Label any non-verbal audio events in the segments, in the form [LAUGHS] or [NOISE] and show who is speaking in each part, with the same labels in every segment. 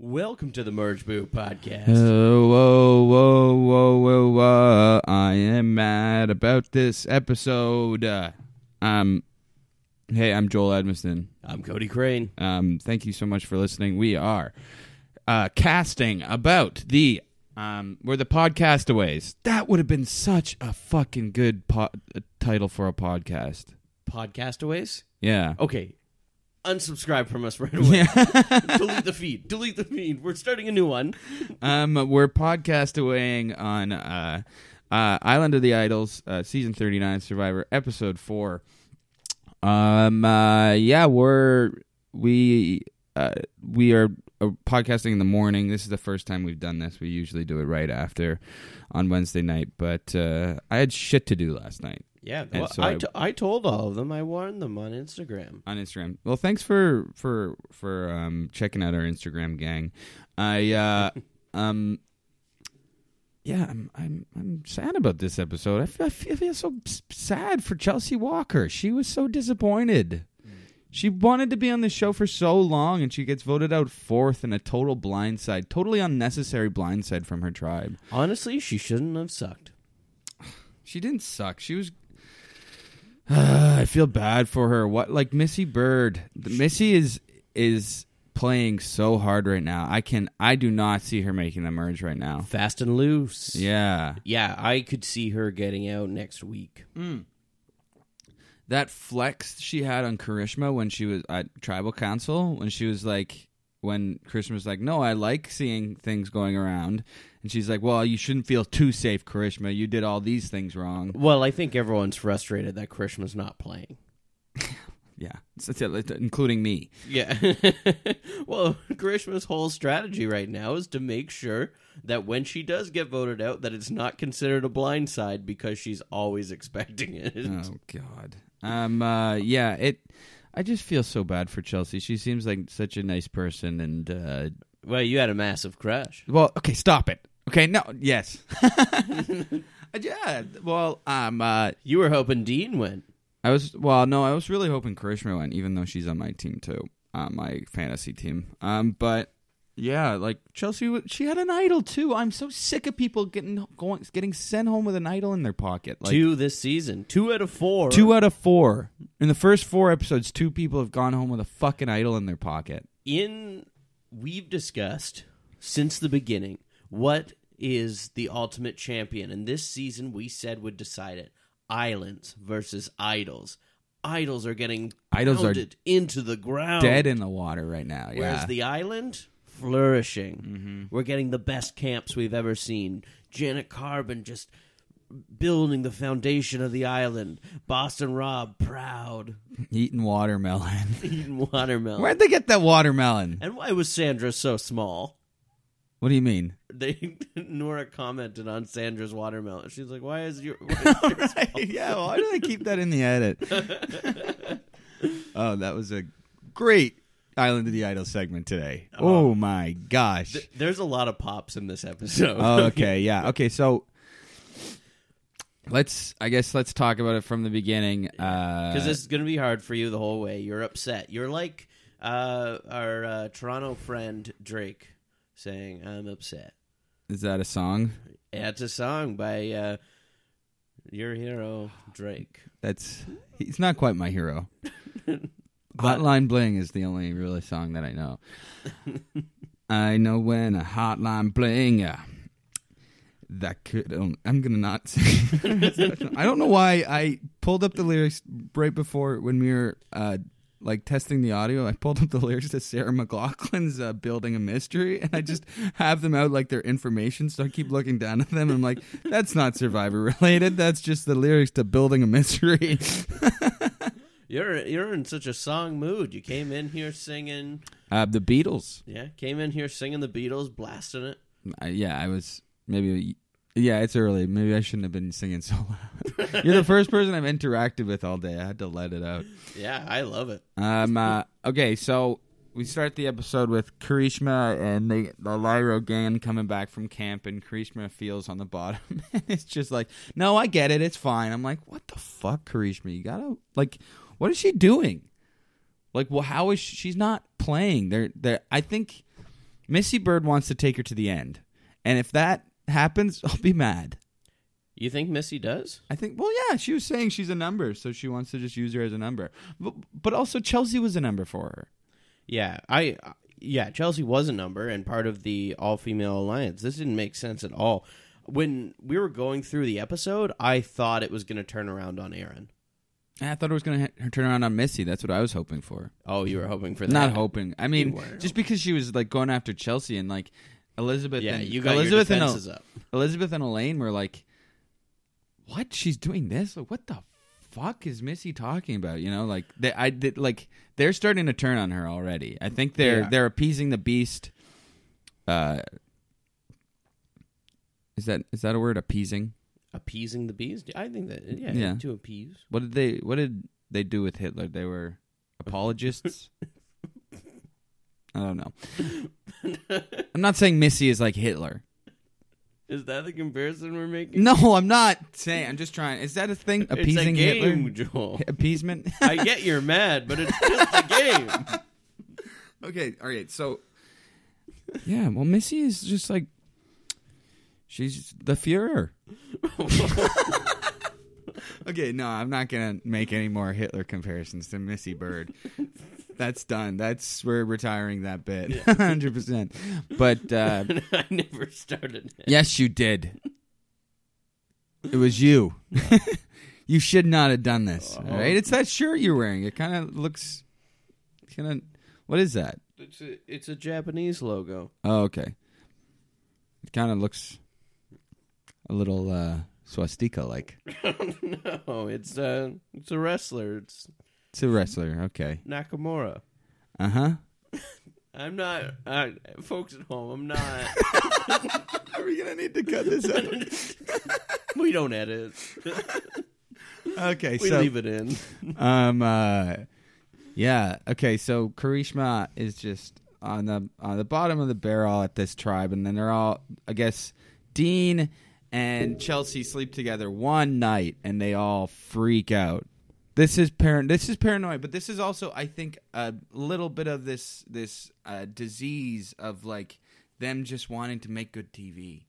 Speaker 1: Welcome to the Merge Boo podcast.
Speaker 2: Oh, whoa, whoa, whoa, whoa, whoa. I am mad about this episode. Uh, um, hey, I'm Joel Edmiston.
Speaker 1: I'm Cody Crane.
Speaker 2: Um, thank you so much for listening. We are uh, casting about the um, we're the podcastaways. That would have been such a fucking good po- uh, title for a podcast.
Speaker 1: Podcastaways?
Speaker 2: Yeah.
Speaker 1: Okay. Unsubscribe from [LAUGHS] us right away. Delete the feed. Delete the feed. We're starting a new one.
Speaker 2: Um, we're podcastawaying on uh, uh, Island of the Idols, uh, season thirty nine, Survivor, episode four. Um, uh, yeah, we're we uh, we are uh, podcasting in the morning. This is the first time we've done this. We usually do it right after on Wednesday night, but uh, I had shit to do last night
Speaker 1: Yeah.
Speaker 2: And
Speaker 1: Well,
Speaker 2: so
Speaker 1: I,
Speaker 2: I-
Speaker 1: t- I told all of them. I warned them on Instagram.
Speaker 2: on Instagram. Well, thanks for for for um, checking out our Instagram gang. I uh, um, yeah, I'm I'm I'm sad about this episode. I feel, I feel, I feel so s- sad for Chelsea Walker. She was so disappointed. She wanted to be on the show for so long, and she gets voted out fourth in a total blindside, totally unnecessary blindside from her tribe.
Speaker 1: Honestly, she shouldn't have sucked.
Speaker 2: She didn't suck. She was. [SIGHS] I feel bad for her. What like Missy Bird? The- Missy is is playing so hard right now. I can I do not see her making the merge right now.
Speaker 1: Fast and loose.
Speaker 2: Yeah,
Speaker 1: Yeah, I could see her getting out next week.
Speaker 2: that flex she had on Karishma when she was at Tribal Council when she was like when Karishma was like, "No, I like seeing things going around," and she's like, "Well, you shouldn't feel too safe, Karishma. You did all these things wrong."
Speaker 1: Well, I think everyone's frustrated that Krishma's not playing.
Speaker 2: Yeah, It's- it's- including me.
Speaker 1: Yeah. [LAUGHS] well, [LAUGHS] Grishma's whole strategy right now is to make sure that when she does get voted out, that it's not considered a blindside because she's always [LAUGHS] expecting it.
Speaker 2: Oh God. Um. Uh. Yeah. It. I just feel so bad for Chelsea. She seems like such a nice person, and uh,
Speaker 1: Well, you had a massive crush.
Speaker 2: well, okay, stop it. Okay, no, yes, [LAUGHS] yeah. Well, um, uh,
Speaker 1: You were hoping Dean went.
Speaker 2: I was well, no, I was really hoping Karishma went, even though she's on my team too, uh, my fantasy team. Um, but yeah, like Chelsea, w- she had an idol too. I'm so sick of people getting going, getting sent home with an idol in their pocket. Like,
Speaker 1: two this season. Two out of four.
Speaker 2: Two out of four. In the first four episodes, two people have gone home with a fucking idol in their pocket.
Speaker 1: in we've discussed since the beginning what is the ultimate champion and this season we said would decide it islands versus idols idols are getting
Speaker 2: Idols are
Speaker 1: pounded into the ground
Speaker 2: Dead in the water right now. Yeah.
Speaker 1: whereas the island Mm-hmm. flourishing we're getting the best camps we've ever seen janet carbon just building the foundation of the island boston rob proud
Speaker 2: [LAUGHS]
Speaker 1: [LAUGHS]
Speaker 2: Eating watermelon. [LAUGHS]
Speaker 1: eating watermelon
Speaker 2: Where'd they get that watermelon?
Speaker 1: and why was sandra so small
Speaker 2: What do you mean?
Speaker 1: they [LAUGHS] Nora commented on Sandra's watermelon. She's like, "Why is your?"
Speaker 2: [LAUGHS] yeah. Why do they keep that in the edit? [LAUGHS] oh, that was a great Island of the Idol segment today. Oh, my gosh. [LAUGHS]
Speaker 1: [LAUGHS] There's a lot of pops in this episode. [LAUGHS]
Speaker 2: oh, [LAUGHS] okay, yeah, okay. So let's, I guess, let's talk about it from the beginning.
Speaker 1: because
Speaker 2: Uh,
Speaker 1: this is gonna be hard for you the whole way. You're upset. You're like uh, our uh, Toronto friend Drake saying, "I'm upset."
Speaker 2: is that a song?
Speaker 1: Yeah, It's a song by uh, your hero Drake.
Speaker 2: That's he's not quite my hero.
Speaker 1: But-
Speaker 2: Hotline Bling is the only really song that I know. I know when a hotline bling. Uh, that could. Um, I'm gonna not. sing. [LAUGHS] I don't know why I pulled up the lyrics right before when we were uh, like testing the audio. I pulled up the lyrics to Sarah McLaughlin's uh, "Building a Mystery," and I just have them out like they're information. So I keep looking down at them. I'm like, that's not Survivor related. That's just the lyrics to "Building a Mystery." [LAUGHS]
Speaker 1: You're you're in such a song mood. You came in here singing,
Speaker 2: Uh, the Beatles.
Speaker 1: yeah, came in here singing the Beatles, blasting it.
Speaker 2: I, yeah, I was maybe. Yeah, it's early. Maybe I shouldn't have been singing so loud. [LAUGHS] You're the first person I've interacted with all day. I had to let it out.
Speaker 1: Yeah, I love it.
Speaker 2: Um. Uh, okay, so we start the episode with Karishma and the the Lyro gang coming back from camp, and Karishma feels on the bottom. [LAUGHS] it's just like, no, I get it. It's fine. I'm like, what the fuck, Karishma? You gotta like, what is she doing? Like, well, how is she, she's not playing? They're they are I think Missy Bird wants to take her to the end, and if that happens, [LAUGHS] I'll be mad.
Speaker 1: You think Missy does?
Speaker 2: I think. Well, yeah, she was saying she's a number, so she wants to just use her as a number. But, but also Chelsea was a number for her.
Speaker 1: Yeah, I yeah, Chelsea was a number and part of the all-female alliance. This didn't make sense at all. When we were going through the episode, I thought it was going to turn around on Aaron.
Speaker 2: And I thought it was going to turn around on Missy. That's what I was hoping for.
Speaker 1: Oh, you were hoping for that.
Speaker 2: Not hoping. I mean,
Speaker 1: were.
Speaker 2: just because she was like going after Chelsea and like Elizabeth.
Speaker 1: Yeah,
Speaker 2: and,
Speaker 1: you got
Speaker 2: Elizabeth
Speaker 1: your
Speaker 2: and El-
Speaker 1: defenses up.
Speaker 2: Elizabeth and Elaine were like, "What? She's doing this? Like, what the fuck is Missy talking about?" You know, like they, I did, like they're starting to turn on her already. I think they're
Speaker 1: Yeah.
Speaker 2: they're appeasing the beast. Uh, is that is that a word? Appeasing.
Speaker 1: Appeasing the bees? I think that yeah,
Speaker 2: Yeah.
Speaker 1: to appease.
Speaker 2: What did they What did they do with Hitler? They were apologists. I don't know. I'm not saying Missy is like Hitler.
Speaker 1: Is that the comparison we're making?
Speaker 2: No, I'm not saying. I'm just trying. Is that a thing? Appeasing
Speaker 1: it's a game,
Speaker 2: Hitler?
Speaker 1: Joel.
Speaker 2: Appeasement. [LAUGHS]
Speaker 1: I get you're mad, but it's just a game. [LAUGHS]
Speaker 2: Okay, all right. So Yeah, well Missy is just like she's the Fuhrer. [LAUGHS] okay, no, I'm not going to make any more Hitler comparisons to Missy Bird. That's done. That's we're retiring that bit. [LAUGHS] 100%. But
Speaker 1: [LAUGHS]
Speaker 2: uh
Speaker 1: I never started it.
Speaker 2: yes, you did. It was you. you should not have done this. All right? It's that shirt you're wearing. It kind of looks kind of What is that?
Speaker 1: It's a, it's a Japanese logo.
Speaker 2: Oh, okay. It kind of looks a little uh, swastika like.
Speaker 1: no, Oh, it's a it's a wrestler. It's
Speaker 2: It's a wrestler. Okay.
Speaker 1: Nakamura.
Speaker 2: Uh huh.
Speaker 1: I'm not, I, folks at home. I'm not.
Speaker 2: [LAUGHS] Are we gonna need to cut this
Speaker 1: [LAUGHS]
Speaker 2: out?
Speaker 1: we don't edit.
Speaker 2: okay,
Speaker 1: We
Speaker 2: so
Speaker 1: leave it in.
Speaker 2: um, uh, yeah, okay, so Karishma is just on the on the bottom of the barrel at this tribe, and then they're all, I guess, Dean and Chelsea sleep together one night, and they all freak out. This is parent. This is paranoid, but this is also, I think, a little bit of this this uh, disease of like them just wanting to make good TV.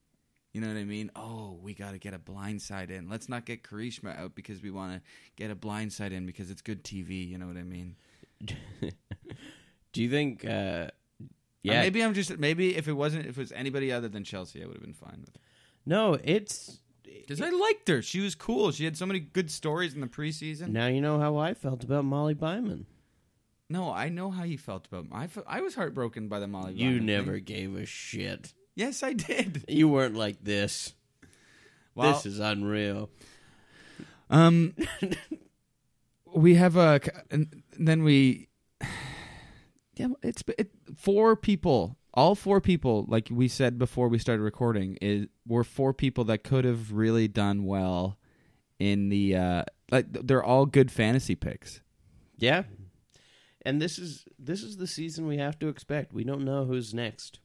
Speaker 2: You know what I mean? Oh, we got to get a blind side in. Let's not get Karishma out because we want to get a blind side in because it's good TV. You know what I mean?
Speaker 1: Do you think? uh
Speaker 2: Or
Speaker 1: Yeah.
Speaker 2: maybe I'm just maybe if it wasn't if it was anybody other than Chelsea, I would have been fine with it.
Speaker 1: No, it's.
Speaker 2: Because I liked her. She was cool. She had so many good stories in the preseason.
Speaker 1: Now you know how I felt about Molly Byman.
Speaker 2: No, I know how you felt about. I fe- I was heartbroken by the Molly.
Speaker 1: You
Speaker 2: Ryman thing.
Speaker 1: never gave a shit.
Speaker 2: Yes, I did.
Speaker 1: You weren't like this.
Speaker 2: Well,
Speaker 1: this is unreal.
Speaker 2: Um, [LAUGHS] we have a, and then we, [SIGHS] yeah, it's it, four people. All four people, like we said before we started recording, is were four people that could have really done well in the uh like th- they're all good fantasy picks.
Speaker 1: Yeah. And this is this is the season we have to expect. We don't know who's next,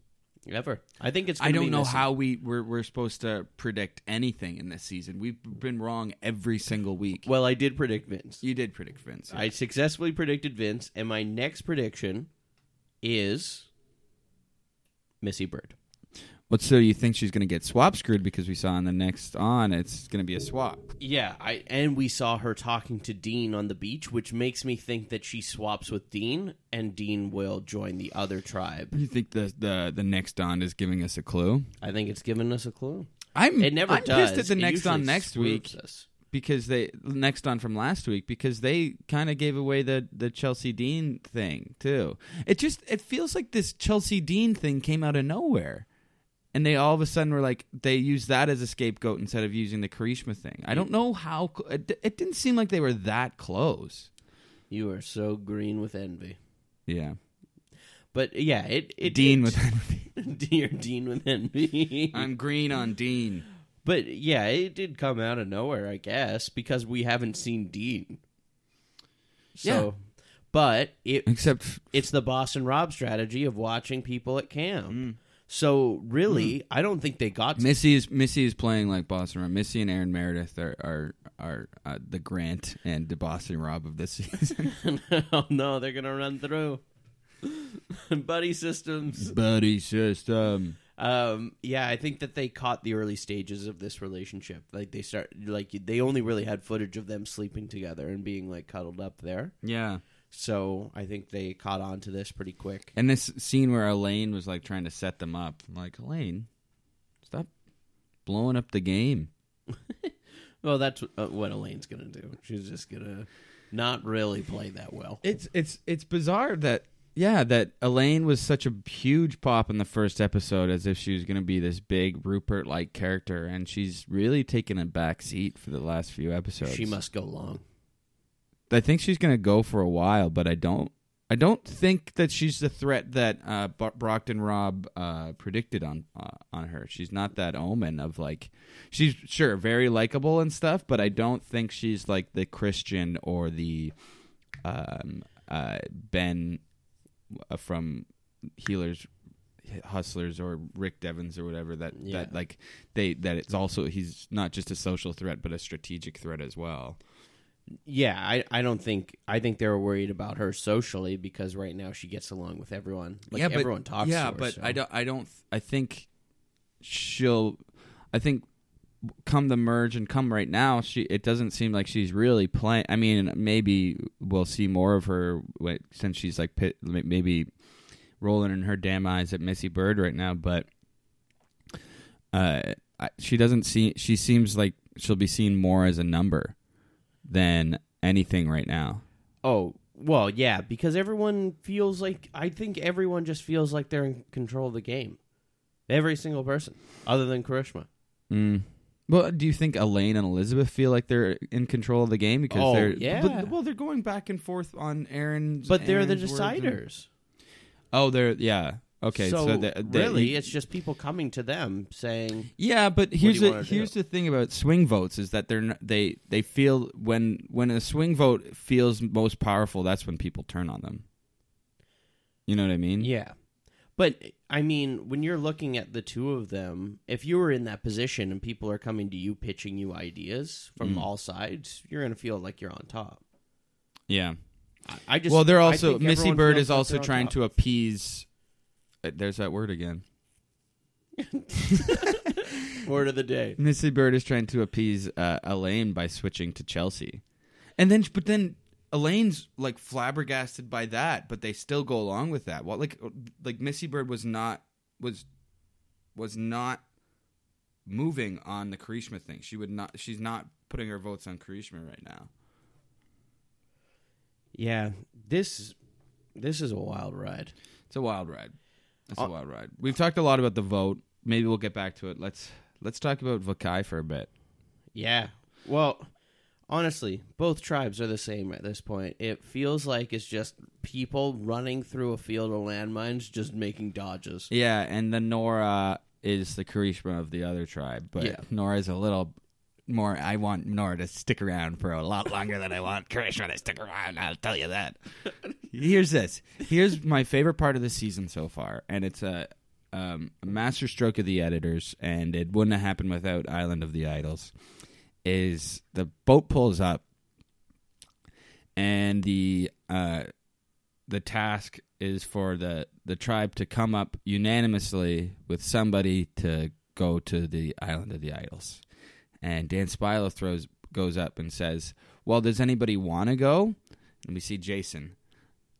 Speaker 1: ever. I think it's.
Speaker 2: I
Speaker 1: gonna
Speaker 2: don't
Speaker 1: be
Speaker 2: know
Speaker 1: Missy.
Speaker 2: how we we're, we're supposed to predict anything in this season. We've been wrong every single week.
Speaker 1: Well, I did predict Vince.
Speaker 2: you did predict Vince.
Speaker 1: I successfully predicted Vince, and my next prediction is Missy Bird.
Speaker 2: What so you think she's going to get swap screwed because we saw on the next on it's going to be a swap.
Speaker 1: Yeah, I and we saw her talking to Dean on the beach, which makes me think that she swaps with Dean, and Dean will join the other tribe.
Speaker 2: You think the the, the next on is giving us a clue?
Speaker 1: I think it's given us a clue.
Speaker 2: I'm
Speaker 1: It never
Speaker 2: I'm
Speaker 1: does.
Speaker 2: pissed at the
Speaker 1: It
Speaker 2: next on
Speaker 1: usually
Speaker 2: next
Speaker 1: screws
Speaker 2: week
Speaker 1: us.
Speaker 2: because they next on from last week because they kind of gave away the the Chelsea Dean thing too. It just it feels like this Chelsea Dean thing came out of nowhere. And they all of a sudden were like they used that as a scapegoat instead of using the Karishma thing. I don't know how cl- it, it didn't seem like they were that close.
Speaker 1: You are so green with envy.
Speaker 2: Yeah,
Speaker 1: But yeah, it, it
Speaker 2: Dean
Speaker 1: it, [LAUGHS]
Speaker 2: with
Speaker 1: dear Dean with envy.
Speaker 2: I'm green on Dean.
Speaker 1: but yeah, it did come out of nowhere, I guess, because we haven't seen Dean. So, but it
Speaker 2: Except
Speaker 1: it's the Boston Rob strategy of watching people at camp.
Speaker 2: Mm.
Speaker 1: So really, I don't think they got.
Speaker 2: Missy is Missy is playing like Boston Rob. Missy and Aaron Meredith are are, are uh, the [LAUGHS] Grant and the Boston Rob of this season.
Speaker 1: [LAUGHS] oh no, they're gonna run through. [LAUGHS] buddy systems.
Speaker 2: Buddy system.
Speaker 1: Um, yeah, I think that they caught the early stages of this relationship. Like they start, like they only really had footage of them sleeping together and being like cuddled up there.
Speaker 2: Yeah.
Speaker 1: So I think they caught on to this pretty quick.
Speaker 2: And this scene where Elaine was like trying to set them up. I'm like, Elaine, stop blowing up the game.
Speaker 1: Well, that's uh, what Elaine's gonna do. She's just gonna not really play that well.
Speaker 2: It's it's it's bizarre that yeah, that Elaine was such a huge pop in the first episode as if she was going to be this big Rupert like character and she's really taken a back seat for the last few episodes.
Speaker 1: She must go long.
Speaker 2: I think she's going to go for a while, but I don't I don't think that she's the threat that uh, Bro- Brockton Rob uh, predicted on uh, on her. She's not that omen of like she's sure very likable and stuff, but I don't think she's like the Christian or the um, uh, Ben uh, from Healers Hustlers or Rick Devens or whatever that
Speaker 1: Yeah.
Speaker 2: that like they that it's also he's not just a social threat but a strategic threat as well.
Speaker 1: Yeah, I, I don't think I think they were worried about her socially because right now she gets along with everyone. Like
Speaker 2: yeah, but,
Speaker 1: everyone talks. to
Speaker 2: Yeah,
Speaker 1: her,
Speaker 2: but
Speaker 1: so.
Speaker 2: I don't. I don't. I think she'll. I think come the merge and come right now. She. It doesn't seem like she's really playing. I mean, maybe we'll see more of her when, since she's like pit, maybe rolling in her damn eyes at Missy Bird right now. But uh, I- she doesn't see. She seems like she'll be seen more as a number than anything right now.
Speaker 1: Oh well, yeah, because everyone feels like I think everyone just feels like they're in control of the game. Every single person, other than Karishma.
Speaker 2: Mm. Well, do you think Elaine and Elizabeth feel like they're in control of the game because
Speaker 1: Oh,
Speaker 2: they're
Speaker 1: yeah.
Speaker 2: But, well, they're going back and forth on Aaron's,
Speaker 1: But they're the
Speaker 2: Aaron's words and-
Speaker 1: deciders.
Speaker 2: oh, they're yeah. Okay, so,
Speaker 1: so,
Speaker 2: they, they-
Speaker 1: really, it's just people coming to them saying,
Speaker 2: yeah. But here's
Speaker 1: you
Speaker 2: the
Speaker 1: wanna do?
Speaker 2: here's the thing about swing votes is that they're n they they feel when when a swing vote feels most powerful, that's when people turn on them. You know what I mean?
Speaker 1: "Yeah." But I mean, when you're looking at the two of them, if you were in that position and people are coming to you pitching you ideas
Speaker 2: Mm-hmm.
Speaker 1: from all sides, you're going to feel like you're on top.
Speaker 2: Yeah.
Speaker 1: I, I just
Speaker 2: well, they're
Speaker 1: I
Speaker 2: also
Speaker 1: think
Speaker 2: Missy
Speaker 1: everyone
Speaker 2: Bird
Speaker 1: feels
Speaker 2: is
Speaker 1: like
Speaker 2: also
Speaker 1: they're on
Speaker 2: trying
Speaker 1: top.
Speaker 2: to appease. uh, There's that word again.
Speaker 1: word of the day.
Speaker 2: Missy Bird is trying to appease uh, Elaine by switching to Chelsea, and then but then Elaine's like flabbergasted by that, but they still go along with that. What like like Missy Bird was not was was not moving on the Karishma thing. She would not. She's not putting her votes on Karishma right now.
Speaker 1: Yeah, this this is a wild ride.
Speaker 2: It's a wild ride. It's
Speaker 1: Uh,
Speaker 2: a wild ride. We've talked a lot about the vote. Maybe we'll get back to it. Let's let's talk about Vakai for a bit.
Speaker 1: Yeah. Well, honestly, both tribes are the same at this point. It feels like it's just people running through a field of landmines, just making dodges.
Speaker 2: Yeah, and the Nora is the Karishma of the other tribe, but
Speaker 1: Yeah.
Speaker 2: Nora is a little more. I want Nora to stick around for a lot longer than I want Karishma to stick around. I'll tell you that. Here's this. Here's my favorite part of the season so far, and it's a, um, a master stroke of the editors, and it wouldn't have happened without Island of the Idols. Is the boat pulls up, and the uh, the task is for the the tribe to come up unanimously with somebody to go to the island of the idols. And Dan Spilo throws goes up and says, "Well, does anybody want to go?" And we see Jason.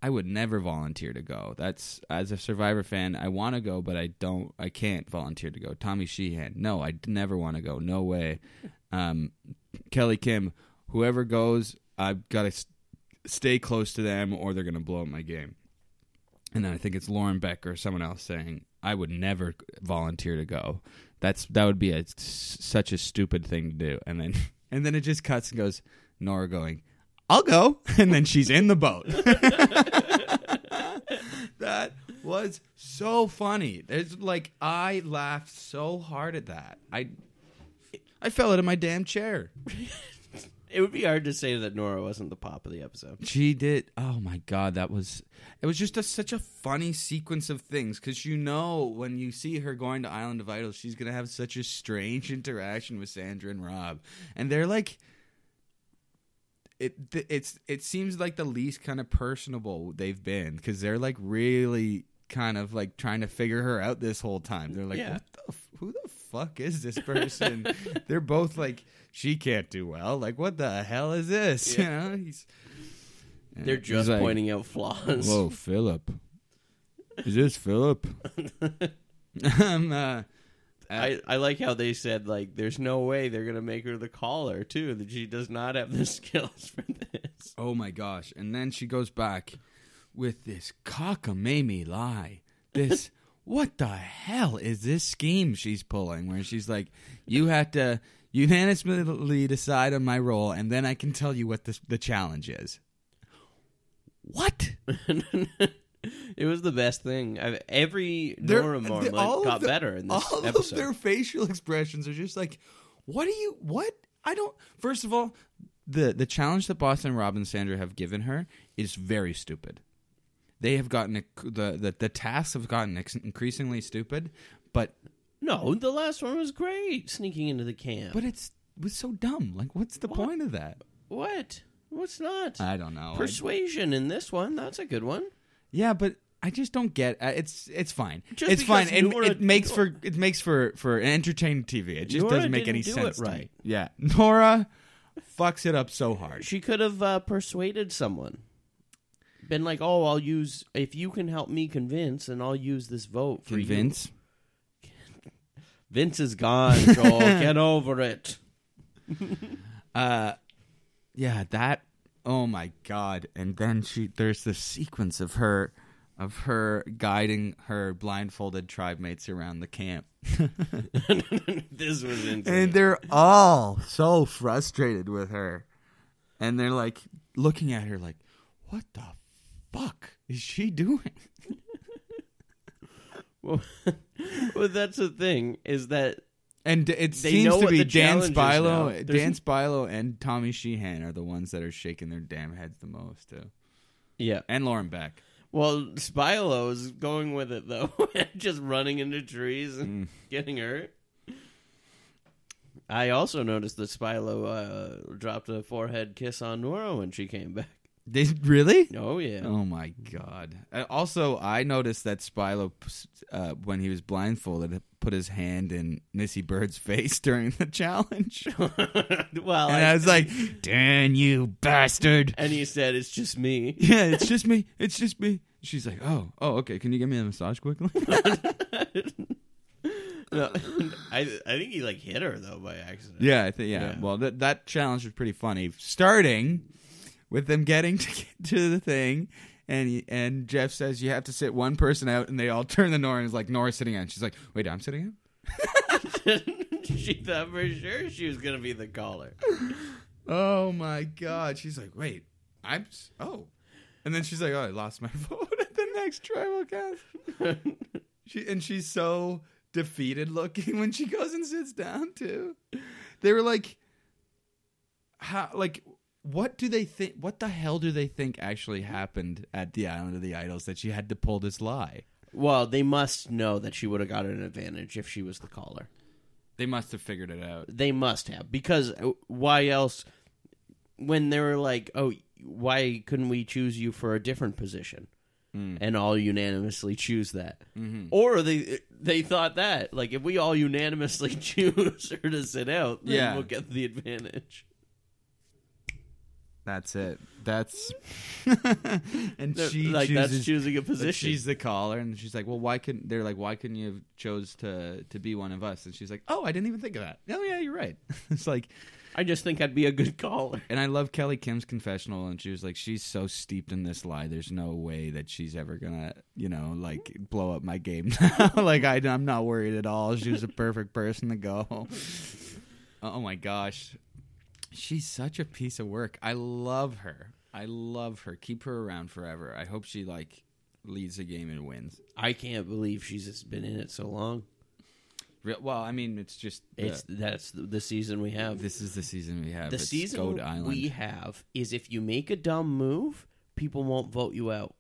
Speaker 2: I would never volunteer to go. That's as a Survivor fan, I want to go, but I don't. I can't volunteer to go. Tommy Sheehan, no, I d- never want to go. No way. Um, Kelly Kim, whoever goes, I've got to s- stay close to them, or they're going to blow up my game. And then I think it's Lauren Beck or someone else saying, "I would never volunteer to go. That's that would be a, s- such a stupid thing to do." And then [LAUGHS] and then it just cuts and goes Nora going, "I'll go," [LAUGHS] and then she's in the boat. [LAUGHS] that was so funny. There's like I laughed so hard at that. I I fell out of my damn chair.
Speaker 1: It would be hard to say that Nora wasn't the pop of the episode.
Speaker 2: She did. Oh my god, that was. It was just a, such a funny sequence of things because you know when you see her going to Island of Idols, she's gonna have such a [LAUGHS] strange interaction with Sandra and Rob, and they're like it th- it's it seems like the least kind of personable they've been because they're like really kind of like trying to figure her out this whole time. They're like,
Speaker 1: Yeah.
Speaker 2: what the f- who the fuck is this person? they're both like, she can't do well. Like, what the hell is this? [LAUGHS] You know, he's And
Speaker 1: They're
Speaker 2: he's
Speaker 1: just
Speaker 2: like,
Speaker 1: pointing out flaws.
Speaker 2: Whoa, Philip. Is
Speaker 1: [LAUGHS]
Speaker 2: this Philip? um, uh,
Speaker 1: I, I like how they said like there's no way they're gonna make her the caller too that she does not have the [LAUGHS] skills for this.
Speaker 2: oh my gosh. And then she goes back with this cockamamie lie.
Speaker 1: [LAUGHS]
Speaker 2: This, what the hell is this scheme she's pulling where she's like, you have to unanimously decide on my role and then I can tell you what the, the challenge is. What?
Speaker 1: [LAUGHS] it was the best thing. I've, every
Speaker 2: They're-
Speaker 1: Nora
Speaker 2: they-
Speaker 1: Marmot
Speaker 2: all of
Speaker 1: got
Speaker 2: the-
Speaker 1: better in this
Speaker 2: all
Speaker 1: episode.
Speaker 2: of their facial expressions are just like, what do you? What I don't. First of all, the the challenge that Boston Rob and Sandra have given her is very stupid. They have gotten a, the, the the tasks have gotten ex- increasingly stupid, but
Speaker 1: No, the last one was great. Sneaking into the camp.
Speaker 2: but it's it was so dumb. Like, what's the point of that?
Speaker 1: what? What's not?
Speaker 2: I don't know. I-
Speaker 1: Persuasion in this one. That's a good one.
Speaker 2: yeah, but. I just don't get uh, it's it's fine.
Speaker 1: Just
Speaker 2: it's fine.
Speaker 1: because
Speaker 2: It,
Speaker 1: Nora-
Speaker 2: it makes for it makes for for entertaining TV. It just
Speaker 1: Nora
Speaker 2: doesn't make
Speaker 1: didn't
Speaker 2: any
Speaker 1: do it
Speaker 2: sense to me.
Speaker 1: right.
Speaker 2: Yeah, Nora fucks it up so hard.
Speaker 1: She could have uh, persuaded someone. Been like, oh, I'll use if you can help me convince, and I'll use this vote for you."
Speaker 2: Convince.
Speaker 1: Vince is gone,
Speaker 2: [LAUGHS]
Speaker 1: Joel. Get over it. [LAUGHS]
Speaker 2: Uh, yeah, that. Oh my god! And then she there's this sequence of her, of her guiding her blindfolded tribe mates around the camp,
Speaker 1: this was
Speaker 2: and
Speaker 1: insane.
Speaker 2: they're all so frustrated with her, and they're like looking at her like, "What the fuck is she doing?"
Speaker 1: [LAUGHS] well, [LAUGHS] that's the thing is that
Speaker 2: And d- it
Speaker 1: They know
Speaker 2: seems to
Speaker 1: what
Speaker 2: be
Speaker 1: the
Speaker 2: Dan
Speaker 1: challenge is now.
Speaker 2: Spilo,
Speaker 1: There's-
Speaker 2: Dan Spilo, and Tommy Sheehan are the ones that are shaking their damn heads the most too,
Speaker 1: yeah.
Speaker 2: and Lauren Beck.
Speaker 1: Well, Spilo is going with it though, [LAUGHS] just running into trees and getting hurt. I also noticed that Spilo uh, dropped a forehead kiss on Nora when she came back.
Speaker 2: They really?
Speaker 1: Oh yeah,
Speaker 2: Oh my god! Uh, Also, I noticed that Spilo, uh, when he was blindfolded, put his hand in Missy Bird's face [LAUGHS] during the
Speaker 1: [LAUGHS]
Speaker 2: challenge, and
Speaker 1: well, I-
Speaker 2: I was like, "Dan, you
Speaker 1: [LAUGHS]
Speaker 2: bastard!"
Speaker 1: and he said it's just me. [LAUGHS]
Speaker 2: Yeah, it's just me. It's just me. She's like, "Oh, oh, okay. Can you give me a massage quickly?"
Speaker 1: No, I I think he like hit her though by accident.
Speaker 2: yeah, I think. Yeah.
Speaker 1: Yeah.
Speaker 2: Well, that that challenge was pretty funny. Starting with them getting [LAUGHS] to, to the thing. And and Jeff says you have to sit one person out, and they all [LAUGHS] turn to Nora and is like Nora's sitting out. She's like, wait, I'm sitting out.
Speaker 1: [LAUGHS] she thought for sure she was gonna be the caller. [LAUGHS]
Speaker 2: Oh my god. She's like, wait, I'm s- oh. And then she's like, oh, I lost my [LAUGHS] vote at the next tribal cast. She and she's so defeated looking [LAUGHS] when she goes and sits down too. They were like, how like what do they think what the hell do they think actually happened at the island of the idols that she had to pull this lie?
Speaker 1: well, they must know that she would have got an advantage if she was the caller.
Speaker 2: They must have figured it out.
Speaker 1: They must have because uh, why else? When they were like, "Oh, why couldn't we choose you for a different position?"
Speaker 2: Hmm.
Speaker 1: and all unanimously choose that,
Speaker 2: Mm-hmm.
Speaker 1: or they they thought that like if we all unanimously [LAUGHS] choose her to sit out, then
Speaker 2: Yeah.
Speaker 1: we'll get the advantage.
Speaker 2: That's it. That's [LAUGHS] and
Speaker 1: They're-
Speaker 2: she
Speaker 1: like that's
Speaker 2: chooses
Speaker 1: choosing a
Speaker 2: But
Speaker 1: position.
Speaker 2: she's the caller, and she's like, "Well, why couldn't?" They're like, "Why couldn't you have chose to to be one of us?" And she's like, "Oh, I didn't even think of that. Oh, yeah, you're right." [LAUGHS] it's like,
Speaker 1: I just think I'd be a good caller.
Speaker 2: and I love Kelly Kim's confessional, and she was like, "She's so steeped in this lie. There's no way that she's ever gonna, you know, like blow up my game. [LAUGHS] now. like I, I'm not worried at all. She was the perfect person to go. [LAUGHS] oh my gosh, she's such a piece of work. I love her. I love her. Keep her around forever. I hope she like leads the game and wins.
Speaker 1: I can't believe she's just been in it so long.
Speaker 2: Real, well, I mean, it's just the-
Speaker 1: It's that's the, the season we have.
Speaker 2: this is the season we have.
Speaker 1: the
Speaker 2: It's
Speaker 1: season
Speaker 2: Goat Island.
Speaker 1: we have is if you make a dumb move, people won't vote you out.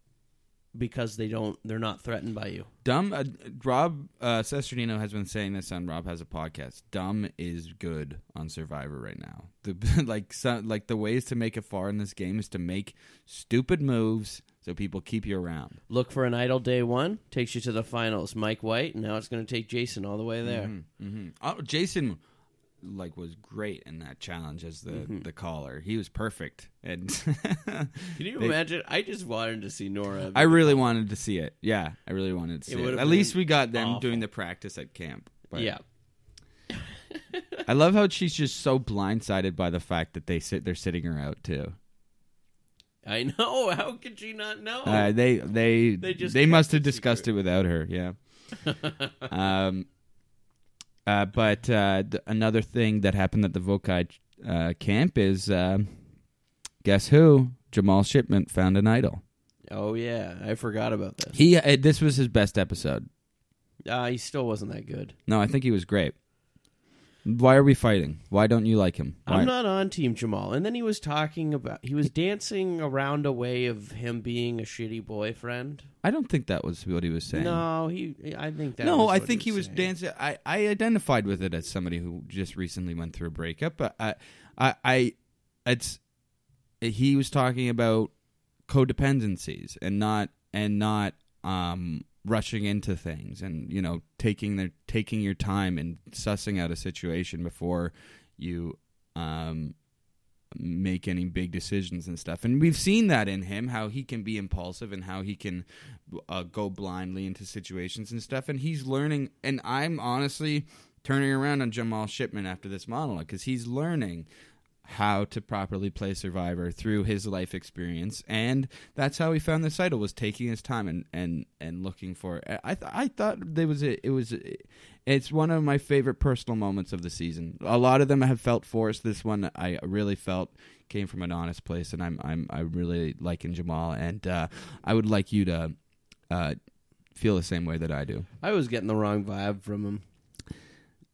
Speaker 1: because they don't they're not threatened by you.
Speaker 2: Dumb. Uh, Rob uh, Sesternino has been saying this on Rob has a podcast. Dumb is good on Survivor right now. The [LAUGHS] like so, like the ways to make it far in this game is to make stupid moves so people keep you around.
Speaker 1: Look for an idol day one takes you to the finals. Mike White. Now it's going to take Jason all the way there. Mm-hmm.
Speaker 2: hmm Oh, Jason like was great in that challenge as the
Speaker 1: Mm-hmm.
Speaker 2: the caller. He was perfect, and [LAUGHS]
Speaker 1: Can you
Speaker 2: They-
Speaker 1: imagine? I just wanted to see Nora.
Speaker 2: I really wanted to see it. Yeah, I really wanted to see
Speaker 1: It
Speaker 2: it.
Speaker 1: would've
Speaker 2: At least
Speaker 1: been
Speaker 2: we got them
Speaker 1: awful.
Speaker 2: doing the practice at camp. But
Speaker 1: yeah.
Speaker 2: I love how she's just so blindsided by the fact that they sit they're sitting her out too.
Speaker 1: I know. [LAUGHS] How could she not know?
Speaker 2: Uh, they they they,
Speaker 1: Oh. They just kept
Speaker 2: must
Speaker 1: it
Speaker 2: have discussed it without her.
Speaker 1: [LAUGHS]
Speaker 2: Yeah. um. Uh, but uh, th- another thing that happened at the Vokai uh, camp is, uh, guess who? Jamal Shipment found an idol.
Speaker 1: oh yeah, I forgot about this.
Speaker 2: He uh, this was his best episode.
Speaker 1: Uh, he still wasn't that good.
Speaker 2: No, I think he was great. Why are we fighting? Why don't you like him? Why?
Speaker 1: I'm not on Team Jamal. And then he was talking about he was dancing around a way of him being a shitty boyfriend.
Speaker 2: I don't think that was what he was saying.
Speaker 1: No, he. I think that.
Speaker 2: no,
Speaker 1: was
Speaker 2: I
Speaker 1: what
Speaker 2: think he was
Speaker 1: saying.
Speaker 2: dancing. I, I identified with it as somebody who just recently went through a breakup. But I, I, I, it's he was talking about codependencies and not and not um rushing into things and you know taking their taking your time and sussing out a situation before you um make any big decisions and stuff and we've seen that in him how he can be impulsive and how he can uh, go blindly into situations and stuff and he's learning and i'm honestly turning around on jamal shipman after this monologue because he's learning how to properly play survivor through his life experience and that's how he found this title was taking his time and and and looking for it. i th- i thought there was a, it was a, it's one of my favorite personal moments of the season a lot of them have felt forced this one i really felt came from an honest place and i'm i'm i really liking jamal and uh i would like you to uh feel the same way that i do
Speaker 1: I was getting the wrong vibe from him. [LAUGHS]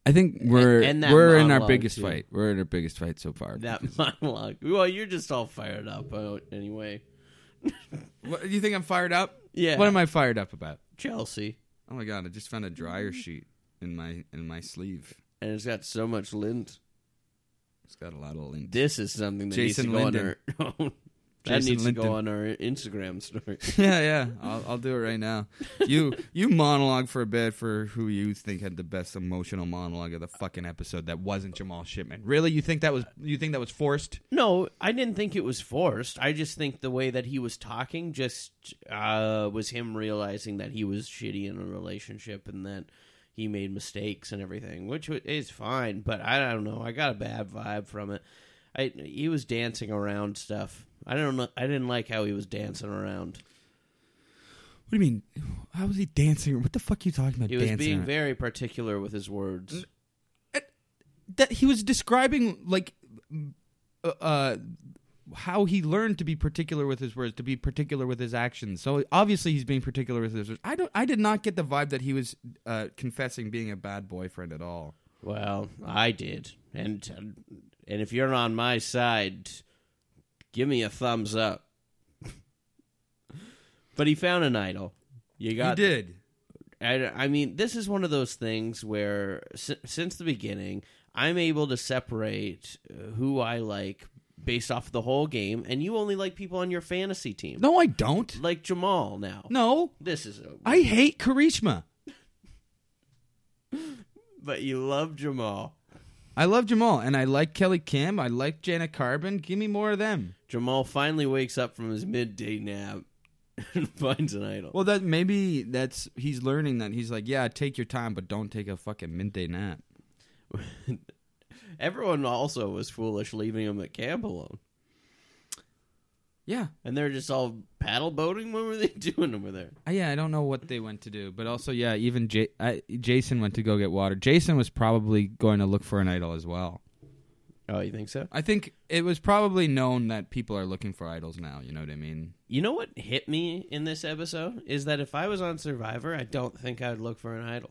Speaker 2: i think we're
Speaker 1: and that
Speaker 2: we're in our
Speaker 1: monologue,
Speaker 2: biggest
Speaker 1: too.
Speaker 2: fight we're in our biggest fight so far [LAUGHS]
Speaker 1: That monologue. Well, you're just all fired up uh, anyway.
Speaker 2: What, you think I'm fired up?
Speaker 1: Yeah.
Speaker 2: What am I fired up about?
Speaker 1: Chelsea,
Speaker 2: Oh my god! I just found a dryer sheet in my in my sleeve.
Speaker 1: and it's got so much lint.
Speaker 2: It's got a lot of [LAUGHS] lint.
Speaker 1: This is something that
Speaker 2: Jason
Speaker 1: needs to
Speaker 2: Linden.
Speaker 1: go [LAUGHS] on our. that
Speaker 2: Jason
Speaker 1: needs to
Speaker 2: Linden.
Speaker 1: go on our Instagram story.
Speaker 2: yeah, yeah. I'll, I'll do it right now. You you monologue for a bit for who you think had the best emotional monologue of the fucking episode that wasn't Jamal Shipman. Really? You think that was you think that was forced?
Speaker 1: No, I didn't think it was forced. I just think the way that he was talking just uh, was him realizing that he was shitty in a relationship and that he made mistakes and everything, which wa- is fine. But I don't know. I got a bad vibe from it. I he was dancing around stuff. I don't know. I didn't like how he was dancing around.
Speaker 2: What do you mean? How was he dancing? What the fuck are you talking about?
Speaker 1: He was
Speaker 2: dancing
Speaker 1: being
Speaker 2: around?
Speaker 1: very particular with his words.
Speaker 2: that he was describing like uh, uh how he learned to be particular with his words to be particular with his actions so obviously he's being particular with his words i don't i did not get the vibe that he was uh confessing being a bad boyfriend at all
Speaker 1: Well, I did, and uh, and if you're on my side, give me a thumbs up. [LAUGHS] but he found an idol. You got
Speaker 2: did
Speaker 1: I, I mean, this is one of those things where si- since the beginning, I'm able to separate uh, who I like based off the whole game, and you only like people on your fantasy team,
Speaker 2: no i don't
Speaker 1: like Jamal. Now,
Speaker 2: no
Speaker 1: this is a,
Speaker 2: i hate karishma
Speaker 1: but you love Jamal.
Speaker 2: i love jamal and i like kelly kim i like janet carbon give me more of them
Speaker 1: Jamal finally wakes up from his midday nap [LAUGHS] and finds an idol.
Speaker 2: well that maybe that's he's learning that he's like yeah take your time but don't take a fucking midday nap
Speaker 1: Everyone also was foolish leaving him at camp alone.
Speaker 2: yeah
Speaker 1: And they're just all paddle boating? What were they [LAUGHS] doing over there?
Speaker 2: Uh, Yeah, I don't know what they went to do, but also, yeah, even J- I, Jason went to go get water. Jason was probably going to look for an idol as well.
Speaker 1: Oh, you think so?
Speaker 2: I think it was probably known that people are looking for idols now. You know what I mean?
Speaker 1: You know what hit me in this episode? Is that if I was on Survivor, I don't think I'd look for an idol.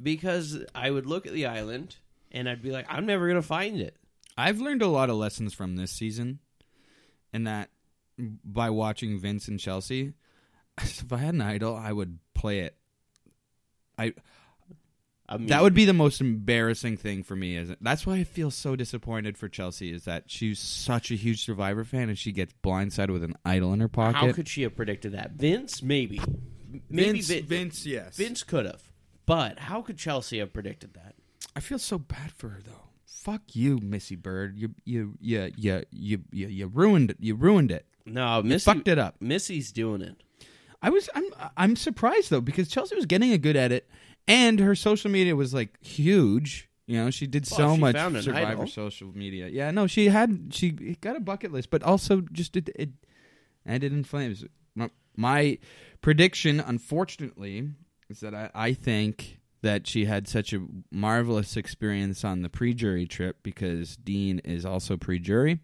Speaker 1: Because I would look at the island and I'd be like, I'm never going to find it.
Speaker 2: I've learned a lot of lessons from this season, in that by watching Vince and Chelsea, [LAUGHS] if I had an idol, I would play it. I
Speaker 1: I mean,
Speaker 2: that would be the most embarrassing thing for me. Is that's why I feel so disappointed for Chelsea is that she's such a huge Survivor fan and she gets blindsided with an idol in her pocket.
Speaker 1: how could she have predicted that? Vince, maybe, maybe
Speaker 2: Vince,
Speaker 1: Vin-
Speaker 2: Vince, yes,
Speaker 1: Vince could have, but how could Chelsea have predicted that?
Speaker 2: I feel so bad for her though. Fuck you, Missy Bird. You you you you you you, you ruined it. You ruined it.
Speaker 1: No,
Speaker 2: You
Speaker 1: Missy,
Speaker 2: fucked it up.
Speaker 1: Missy's doing it.
Speaker 2: I was I'm I'm surprised though because Chelsea was getting a good edit and her social media was like huge. You know, she did so
Speaker 1: Well, she
Speaker 2: much
Speaker 1: found an
Speaker 2: Survivor
Speaker 1: idol.
Speaker 2: social media. Yeah, no, she had she got a bucket list, but also just it, it ended in flames. My, my prediction, unfortunately, is that I, I think that she had such a marvelous experience on the pre-jury trip because Dean is also pre-jury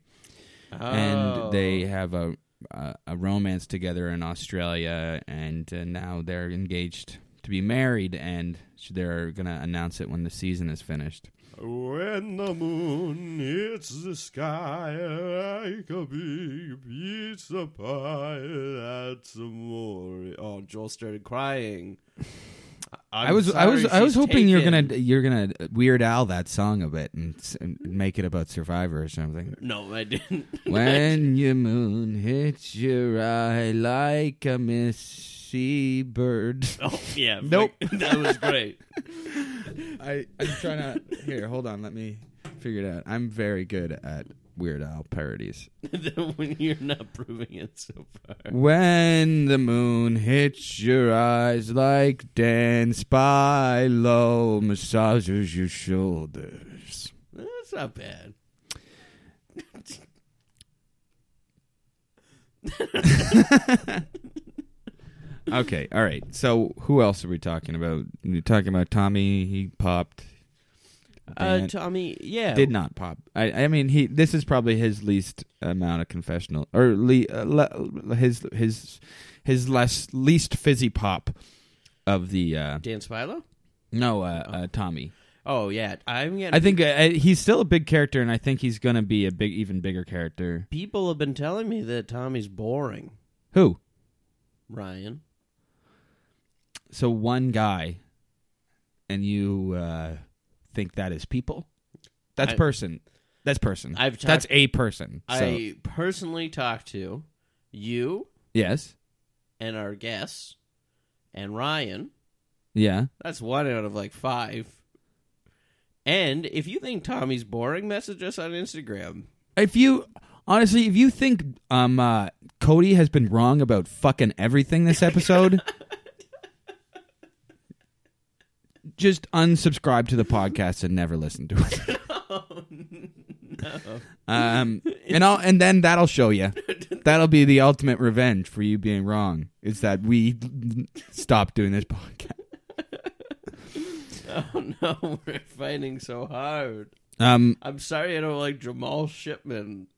Speaker 1: Oh.
Speaker 2: and they have a, a a romance together in Australia, and uh, now they're engaged to be married, and sh- they're gonna announce it when the season is finished.
Speaker 1: When the moon hits the sky like a big pizza pie, that's more. Oh, Joel started crying. [LAUGHS] I'm
Speaker 2: i was I was
Speaker 1: sorry
Speaker 2: I was
Speaker 1: she's
Speaker 2: hoping you're
Speaker 1: taken.
Speaker 2: gonna you're gonna weird Al that song a bit and, s- and make it about Survivor or something.
Speaker 1: No, I didn't.
Speaker 2: [LAUGHS]
Speaker 1: [LAUGHS]
Speaker 2: when your moon hits your eye like a missy bird.
Speaker 1: oh, yeah.
Speaker 2: Nope.
Speaker 1: [LAUGHS] that was great. [LAUGHS]
Speaker 2: I I'm trying to here. Hold on, let me figure it out. I'm very good at Weird Al parodies.
Speaker 1: when you're not proving it so far.
Speaker 2: When the moon hits your eyes like Dan Spilo massages your shoulders.
Speaker 1: That's not bad.
Speaker 2: Okay, all right. So who else are we talking about? You're talking about Tommy. He popped.
Speaker 1: Uh,
Speaker 2: Dan
Speaker 1: Tommy, yeah.
Speaker 2: did not pop. I, I mean, he. This is probably his least amount of confessional, or le, uh, le, his his his less least fizzy pop of the. Uh,
Speaker 1: Dan Spilo?
Speaker 2: no, uh, uh, Tommy.
Speaker 1: Oh, yeah. I'm getting.
Speaker 2: I think uh, uh, he's still a big character, and I think he's going to be a big, even bigger character.
Speaker 1: People have been telling me that Tommy's boring,
Speaker 2: Who?
Speaker 1: Ryan.
Speaker 2: So one guy, and you uh, think that is people? That's
Speaker 1: I-
Speaker 2: person. That's person.
Speaker 1: I've talked-
Speaker 2: That's a person. So
Speaker 1: I personally talked to you
Speaker 2: yes,
Speaker 1: and our guests and Ryan.
Speaker 2: yeah.
Speaker 1: That's one out of like five. And if you think Tommy's boring, message us on Instagram. [LAUGHS]
Speaker 2: If you honestly, if you think um uh, Cody has been wrong about fucking everything this episode, just unsubscribe to the podcast and never listen to it. Um, and I'll, and then that'll show you. That'll be the ultimate revenge for you being wrong. Is that we stop doing this podcast?
Speaker 1: Oh no, we're fighting so hard.
Speaker 2: Um,
Speaker 1: I'm sorry I don't like Jamal Shipman.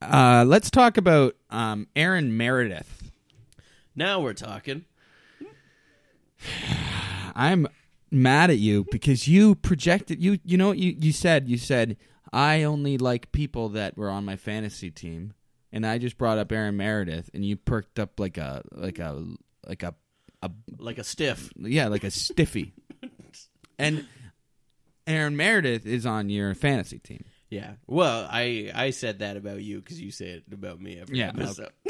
Speaker 2: uh, let's talk about um Aaron Meredith.
Speaker 1: Now we're talking.
Speaker 2: I'm mad at you because you projected you you know what you you said you said I only like people that were on my fantasy team and I just brought up Aaron Meredith and you perked up like a like a like a, a
Speaker 1: Like a stiff.
Speaker 2: yeah like
Speaker 1: [LAUGHS]
Speaker 2: a stiffy and Aaron Meredith is on your fantasy team
Speaker 1: Yeah. Well, I I said that about you because you say it about me every
Speaker 2: Yeah.
Speaker 1: episode. [LAUGHS]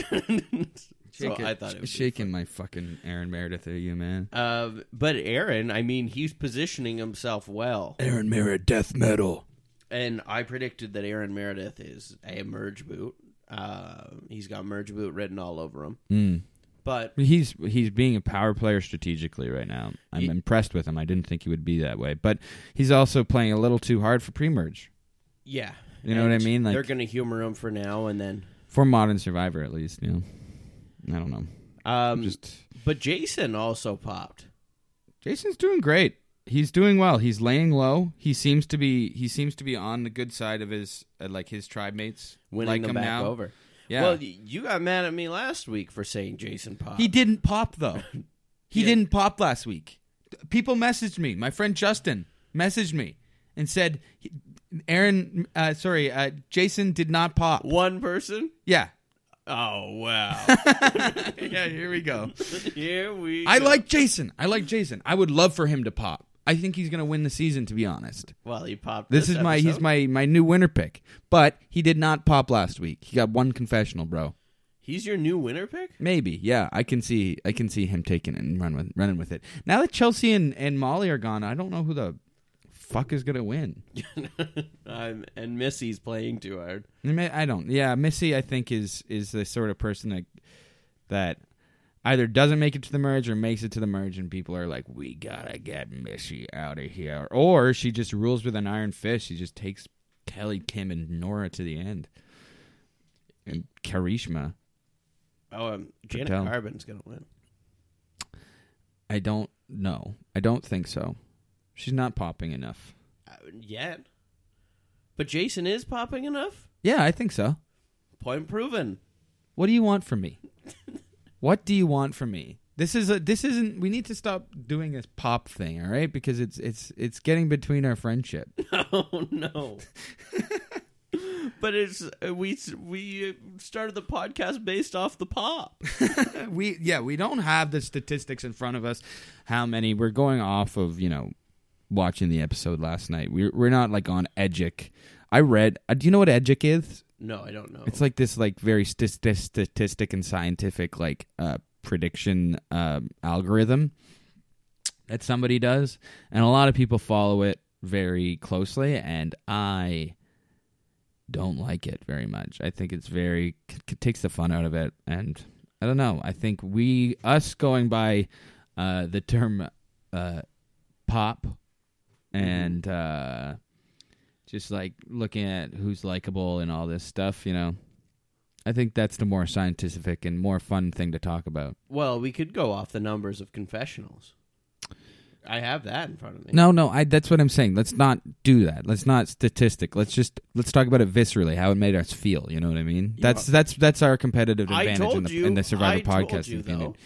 Speaker 1: so
Speaker 2: Shaking-
Speaker 1: I thought it was
Speaker 2: shaking my fucking Aaron Meredith are you man
Speaker 1: Um, but Aaron, I mean, he's positioning himself well,
Speaker 2: Aaron Meredith death metal
Speaker 1: and I predicted that Aaron Meredith is a merge boot. Uh, he's got merge boot written all over him.
Speaker 2: mm.
Speaker 1: But
Speaker 2: He's he's being a power player strategically right now. I'm
Speaker 1: Ye-
Speaker 2: impressed with him. I didn't think he would be that way, but he's also playing a little too hard for pre-merge
Speaker 1: yeah,
Speaker 2: You know what I
Speaker 1: and
Speaker 2: mean? Like-
Speaker 1: they're going to humor him for now and then.
Speaker 2: for Modern Survivor at least. You know, I don't know.
Speaker 1: Um,
Speaker 2: Just
Speaker 1: but Jason also popped.
Speaker 2: Jason's doing great. He's doing well. He's laying low. He seems to be he seems to be on the good side of his uh, like his tribe mates
Speaker 1: Winning
Speaker 2: like
Speaker 1: them
Speaker 2: him
Speaker 1: back
Speaker 2: now.
Speaker 1: over.
Speaker 2: Yeah,
Speaker 1: Well, y- you got mad at me last week for saying Jason popped.
Speaker 2: he didn't pop though. He
Speaker 1: Yeah.
Speaker 2: didn't pop last week. People messaged me. My friend Justin messaged me and said he- Aaron, uh, sorry, uh, Jason did not pop.
Speaker 1: One person?
Speaker 2: Yeah.
Speaker 1: Oh, wow.
Speaker 2: [LAUGHS] Yeah, here we go.
Speaker 1: Here we
Speaker 2: I
Speaker 1: go.
Speaker 2: like Jason. I like Jason. I would love for him to pop. I think he's going to win the season, to be honest.
Speaker 1: Well, he popped.
Speaker 2: This, is my he's
Speaker 1: episode.
Speaker 2: my my new winner pick. But he did not pop last week. He got one confessional, bro.
Speaker 1: He's your new winner pick?
Speaker 2: Maybe, yeah. I can see I can see him taking it and run with running with it. Now that Chelsea and, and Molly are gone, I don't know who the fuck is gonna win.
Speaker 1: [LAUGHS] I'm, and Missy's playing too hard.
Speaker 2: I mean, I don't. Yeah, Missy, I think is is the sort of person that that either doesn't make it to the merge or makes it to the merge, and people are like, "We gotta get Missy out of here," or she just rules with an iron fist. She just takes Kelly, Kim, and Nora to the end, and Karishma.
Speaker 1: Oh, um, Janet
Speaker 2: Patel.
Speaker 1: Carbon's going to win.
Speaker 2: I don't know. I don't think so. She's not popping enough.
Speaker 1: Uh, yet. But Jason is popping enough.
Speaker 2: Yeah, I think so.
Speaker 1: Point proven. [LAUGHS]
Speaker 2: What do you want from [LAUGHS] me? what do you want from me? This is a this isn't we need to stop doing this pop thing, all right? Because it's it's it's getting between our friendship.
Speaker 1: Oh no. but it's uh, we we uh, started the podcast based off the pop.
Speaker 2: [LAUGHS] we yeah, we don't have the statistics in front of us how many we're going off of, you know, watching the episode last night. We're we're not like on Edgic. I read uh, do you know what Edgic is?
Speaker 1: No, I don't know.
Speaker 2: It's like this like very st- st- statistic and scientific like uh, prediction um, algorithm that somebody does, and a lot of people follow it very closely, and I don't like it very much. I think it's very c- c- takes the fun out of it, and I don't know. I think we us going by uh, the term uh, pop and uh, just like looking at who's likable and all this stuff, you know. I think that's the more scientific and more fun thing to talk about.
Speaker 1: well, we could go off the numbers of confessionals. I have that in front of me.
Speaker 2: No, no, I that's what I'm saying. Let's not do that. Let's not statistic. Let's just let's talk about it viscerally, how it made us feel, you know what I mean? That's that's that's our competitive
Speaker 1: I
Speaker 2: advantage
Speaker 1: told
Speaker 2: in the
Speaker 1: you
Speaker 2: in the Survivor
Speaker 1: I
Speaker 2: podcast
Speaker 1: Told you,
Speaker 2: opinion.
Speaker 1: though,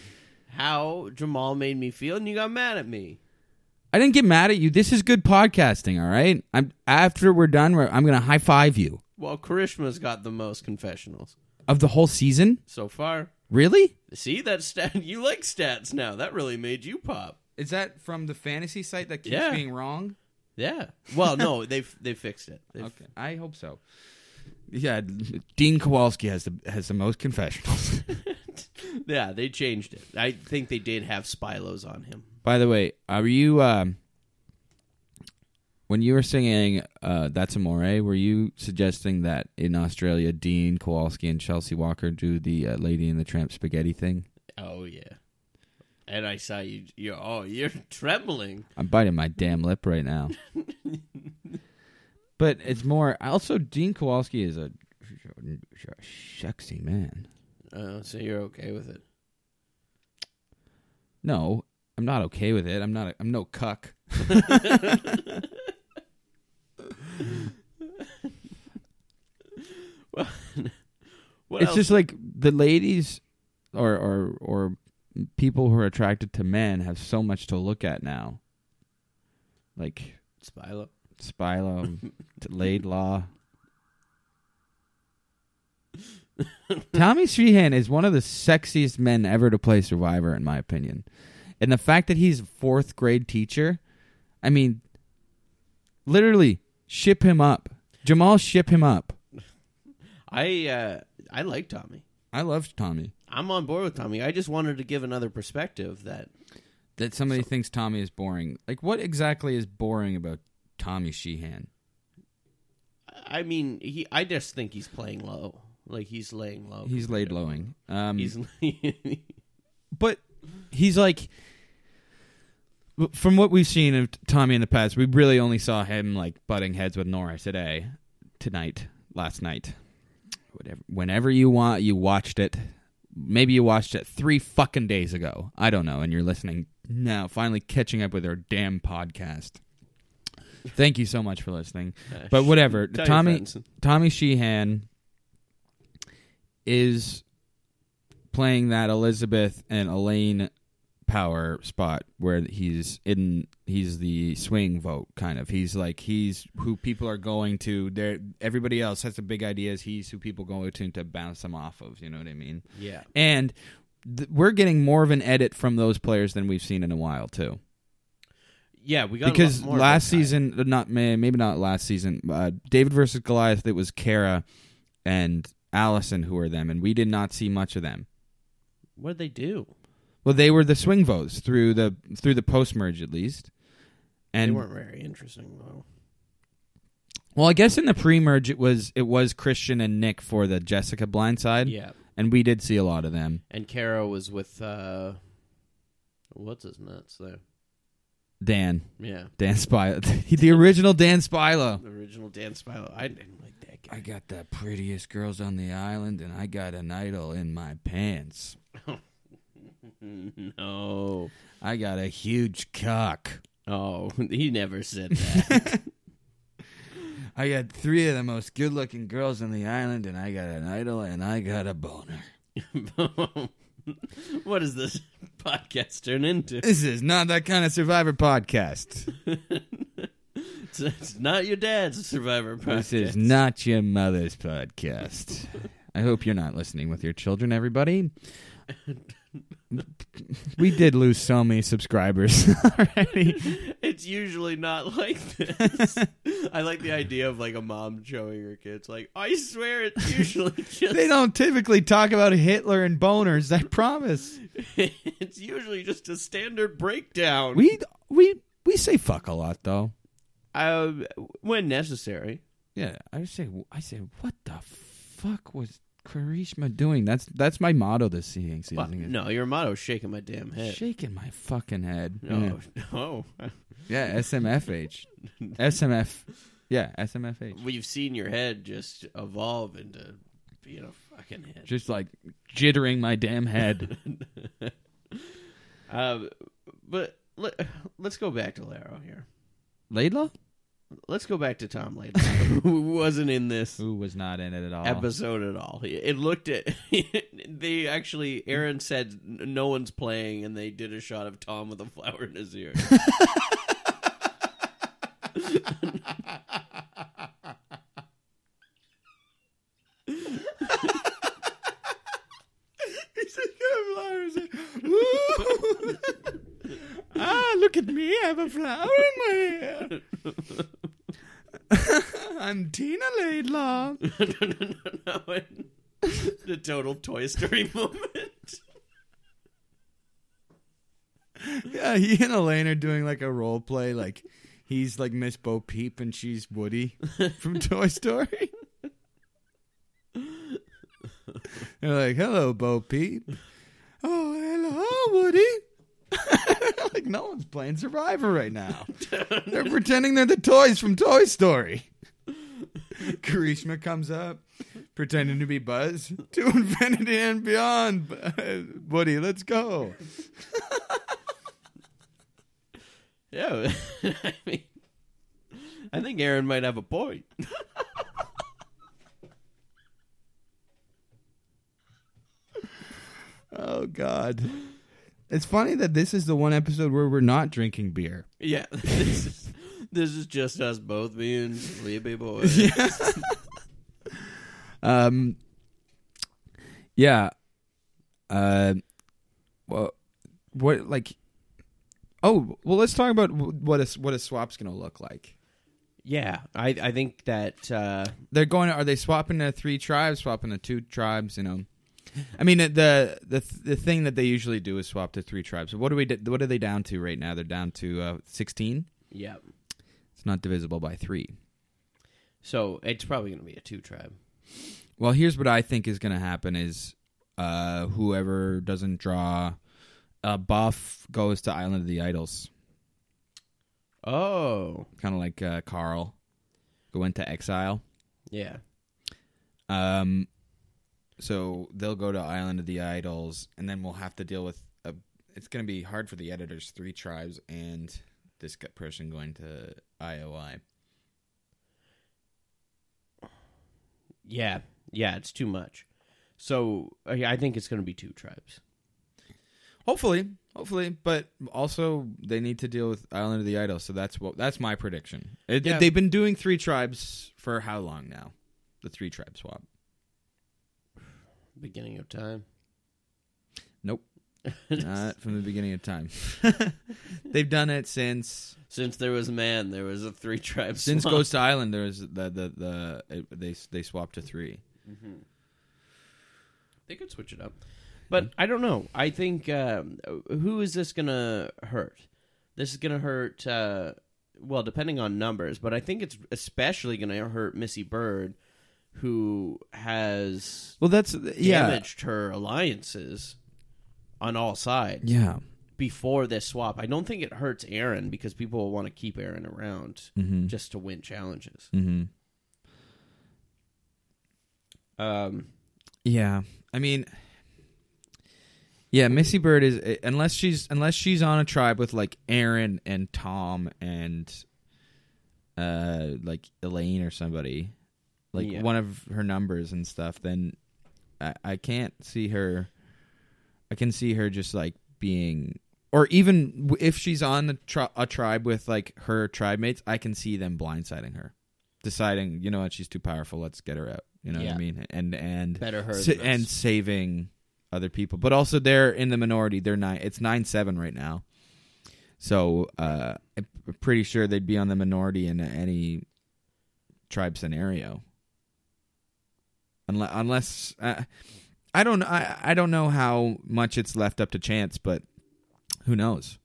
Speaker 1: how Jamal made me feel, and you got mad at me.
Speaker 2: I didn't get mad at you. This is good podcasting, all right? I'm after we're done, we're, I'm going to high five you
Speaker 1: Well, Karishma's got the most confessionals
Speaker 2: of the whole season.
Speaker 1: so far.
Speaker 2: Really?
Speaker 1: See that stat? [LAUGHS] You like stats now. That really made you pop.
Speaker 2: Is that from the fantasy site that keeps
Speaker 1: Yeah.
Speaker 2: being wrong?
Speaker 1: Yeah. Well, no, [LAUGHS] they've they fixed it. They've-
Speaker 2: Okay, I hope so. Yeah, Dean Kowalski has the has the most confessionals. [LAUGHS]
Speaker 1: Yeah, they changed it. I think they did have Spylos on him.
Speaker 2: By the way, are you um, when you were singing uh, "That's Amore"? Were you suggesting that in Australia, Dean Kowalski and Chelsea Walker do the uh, "Lady in the Tramp" spaghetti thing?
Speaker 1: Oh yeah. And I saw you. You're oh, you're [LAUGHS] trembling.
Speaker 2: I'm biting my damn lip right now. but it's more. Also, Dean Kowalski is a sexy man.
Speaker 1: Uh, so you're okay with it?
Speaker 2: No, I'm not okay with it. I'm not. A, I'm no cuck.
Speaker 1: What
Speaker 2: it's
Speaker 1: else?
Speaker 2: just like the ladies or or or people who are attracted to men have so much to look at now. Like
Speaker 1: Spylo.
Speaker 2: Spilo, t- Laidlaw. Tommy Sheehan is one of the sexiest men ever to play Survivor, in my opinion. And the fact that he's a fourth grade teacher, I mean, literally, ship him up. Jamal, ship him up.
Speaker 1: I uh, I like Tommy.
Speaker 2: I love Tommy.
Speaker 1: I'm on board with Tommy. I just wanted to give another perspective that
Speaker 2: that somebody thinks Tommy is boring. Like, what exactly is boring about Tommy Sheehan?
Speaker 1: I mean, he I just think he's playing low. Like he's laying low.
Speaker 2: He's laid lowing. Um,
Speaker 1: he's [LAUGHS]
Speaker 2: but he's like, from what we've seen of Tommy in the past, we really only saw him like butting heads with Nora today, tonight, last night, whatever. Whenever you want, you watched it. Maybe you watched it three fucking days ago. I don't know, and you're listening now, finally catching up with our damn podcast. Thank you so much for listening. But whatever,
Speaker 1: Tell your
Speaker 2: Tommy.
Speaker 1: friends.
Speaker 2: Tommy Sheehan is playing that Elizabeth and Elaine power spot where he's in he's the swing vote kind of he's like he's who people are going to there everybody else has the big ideas he's who people go to to bounce them off of you know what i mean
Speaker 1: Yeah.
Speaker 2: and th- we're getting more of an edit from those players than we've seen in a while too
Speaker 1: Yeah, we got a lot
Speaker 2: because
Speaker 1: more of
Speaker 2: last
Speaker 1: that guy.
Speaker 2: season, uh, not may- maybe not last season, uh, David versus Goliath, it was Kara and Allison who were them, and we did not see much of them.
Speaker 1: What did they do?
Speaker 2: Well, they were the swing votes through the through the post merge at least,
Speaker 1: they
Speaker 2: and
Speaker 1: weren't very interesting though.
Speaker 2: well, I guess in the pre merge it was it was Christian and Nick for the Jessica blindside,
Speaker 1: Yeah,
Speaker 2: and we did see a lot of them.
Speaker 1: and Caro was with uh, what's his nuts there?
Speaker 2: Dan,
Speaker 1: Yeah,
Speaker 2: Dan Spilo, [LAUGHS] the original Dan Spilo.
Speaker 1: the original Dan Spilo. I didn't like that guy. [LAUGHS]
Speaker 2: got the prettiest girls on the island, and I got an idol in my pants.
Speaker 1: no.
Speaker 2: I got a huge cock.
Speaker 1: Oh, [LAUGHS] he never said that. [LAUGHS]
Speaker 2: [LAUGHS] I got three of the most good looking girls on the island, and I got an idol, and I got a boner.
Speaker 1: what does this podcast turn into? [LAUGHS]
Speaker 2: This is not that kind of survivor podcast.
Speaker 1: It's, it's not your dad's Survivor podcast.
Speaker 2: This is not your mother's podcast. I hope you're not listening with your children, everybody. We did lose so many subscribers [LAUGHS] already.
Speaker 1: [LAUGHS] It's usually not like this. I like the idea of like a mom showing her kids, like, I swear it's
Speaker 2: [LAUGHS]
Speaker 1: usually just
Speaker 2: They don't typically talk about Hitler and boners, I promise.
Speaker 1: it's usually just a standard breakdown.
Speaker 2: We we we say fuck a lot though.
Speaker 1: uh, when necessary.
Speaker 2: Yeah, I say, I say, what the fuck was Karishma doing? That's that's my motto this season.
Speaker 1: Well,
Speaker 2: season is
Speaker 1: no, your motto's shaking my damn head.
Speaker 2: shaking my fucking head.
Speaker 1: [LAUGHS] No, no.
Speaker 2: Yeah. yeah,
Speaker 1: [LAUGHS]
Speaker 2: SMFH, SMF, yeah, SMFH.
Speaker 1: We've seen your head just evolve into being a fucking head.
Speaker 2: Just like jittering my
Speaker 1: [LAUGHS]
Speaker 2: damn head.
Speaker 1: Uh, but let, let's go back to Laro here.
Speaker 2: Laidlaw,
Speaker 1: Let's go back to Tom
Speaker 2: [LAUGHS]
Speaker 1: Laidlaw, who wasn't in this
Speaker 2: who was not in it
Speaker 1: Oh.
Speaker 2: at all. [LAUGHS]
Speaker 1: episode at all. It looked at [LAUGHS] they actually Aaron said "N- no one's playing, and they did a shot of Tom with a flower in his [LAUGHS] ear.
Speaker 2: [LAUGHS] ah, look at me! I have a flower in my hair.
Speaker 1: [LAUGHS]
Speaker 2: [LAUGHS] I'm Tina Laidlaw.
Speaker 1: no, no, no, no. the total Toy Story [LAUGHS] moment.
Speaker 2: Yeah, he and Elaine are doing like a role play. Like he's like Miss Bo Peep and she's Woody from Toy Story. They're like, "Hello, Bo Peep." Oh, hello, Woody. [LAUGHS] like no one's playing Survivor right now. They're pretending they're the toys from Toy Story. Karishma comes up, pretending to be Buzz to [LAUGHS] infinity and beyond. Woody, let's go.
Speaker 1: Yeah, [LAUGHS] I mean, I think Aaron might have a point. [LAUGHS]
Speaker 2: Oh God. It's funny that this is the one episode where we're not drinking beer.
Speaker 1: Yeah, [LAUGHS] this is this is just us both being sleepy boys.
Speaker 2: Um Yeah. Uh well what like Oh, well let's talk about wh- what a what a swap's going to look like.
Speaker 1: [LAUGHS] Yeah, I I think that uh,
Speaker 2: They're going to, are they swapping the three tribes, swapping the two tribes, you know? I mean the the the thing that they usually do is swap to three tribes. What do we what are they down to right now? They're down to uh, 16.
Speaker 1: yeah.
Speaker 2: It's not divisible by 3.
Speaker 1: So it's probably going to be a two tribe.
Speaker 2: Well, here's what I think is going to happen is uh, whoever doesn't draw a buff goes to Island of the Idols,
Speaker 1: Oh,
Speaker 2: kind of like uh, Carl go into exile.
Speaker 1: yeah,
Speaker 2: Um, so they'll go to Island of the Idols, and then we'll have to deal with. A, it's going to be hard for the editors, three tribes, and this g- person going to IOI.
Speaker 1: yeah, yeah. It's too much. So I I think it's going to be two tribes.
Speaker 2: Hopefully, Hopefully, but also they need to deal with Island of the Idol, so that's what that's my prediction. It,
Speaker 1: Yeah.
Speaker 2: They've been doing three tribes for how long now? The three tribe swap.
Speaker 1: Beginning of time.
Speaker 2: Nope. Not from the beginning of time. [LAUGHS] they've done it since
Speaker 1: Since there was man, there was a three tribes. [LAUGHS]
Speaker 2: since Ghost Island. There was the the the it, they they swapped to three.
Speaker 1: They could switch it up, but I don't know. I think um, who is this gonna hurt? This is gonna hurt. Uh, well, depending on numbers, but I think it's especially gonna hurt Missy Bird, who has
Speaker 2: Well, that's
Speaker 1: damaged her alliances on all sides
Speaker 2: yeah.
Speaker 1: before this swap. I don't think it hurts Aaron because people will want to keep Aaron around
Speaker 2: Mm-hmm.
Speaker 1: just to win challenges.
Speaker 2: mm-hmm.
Speaker 1: Um,
Speaker 2: Yeah, I mean, yeah, Missy Bird is eh, unless she's unless she's on a tribe with like Aaron and Tom and uh like Elaine or somebody, like
Speaker 1: Yeah.
Speaker 2: one of her numbers and stuff. Then I, I can't see her. I can see her just like being. Or even w- if she's on a, tri- a tribe with like her tribe mates, I can see them blindsiding her, deciding, you know what, she's too powerful. Let's get her out. You know what
Speaker 1: Yeah.
Speaker 2: I mean? And and
Speaker 1: better her
Speaker 2: S-
Speaker 1: than us.
Speaker 2: and saving other people. But also they're in the minority. They're nine. It's nine seven right now. So uh, I'm pretty sure they'd be on the minority in any tribe scenario. Unless, unless uh, I don't, I, I don't know how much it's left up to chance, but who knows?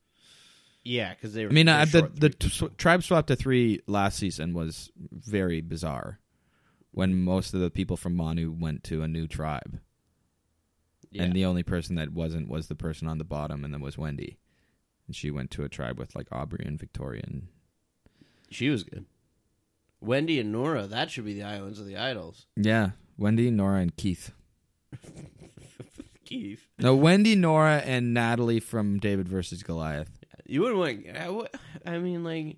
Speaker 1: yeah, because they. Were,
Speaker 2: I mean,
Speaker 1: they're
Speaker 2: uh, the
Speaker 1: short
Speaker 2: the
Speaker 1: three.
Speaker 2: t- sw- tribe swap to three last season was very bizarre, when most of the people from Manu went to a new tribe
Speaker 1: yeah.
Speaker 2: and the only person that wasn't was the person on the bottom, and then was Wendy, and she went to a tribe with like Aubrey and Victoria. And
Speaker 1: She was good. Wendy and Nora, that should be the Islands of the Idols. [LAUGHS]
Speaker 2: yeah, Wendy, Nora, and Keith.
Speaker 1: Keith,
Speaker 2: No, Wendy, Nora, and Natalie from David versus Goliath.
Speaker 1: you wouldn't want. I, would- I mean, like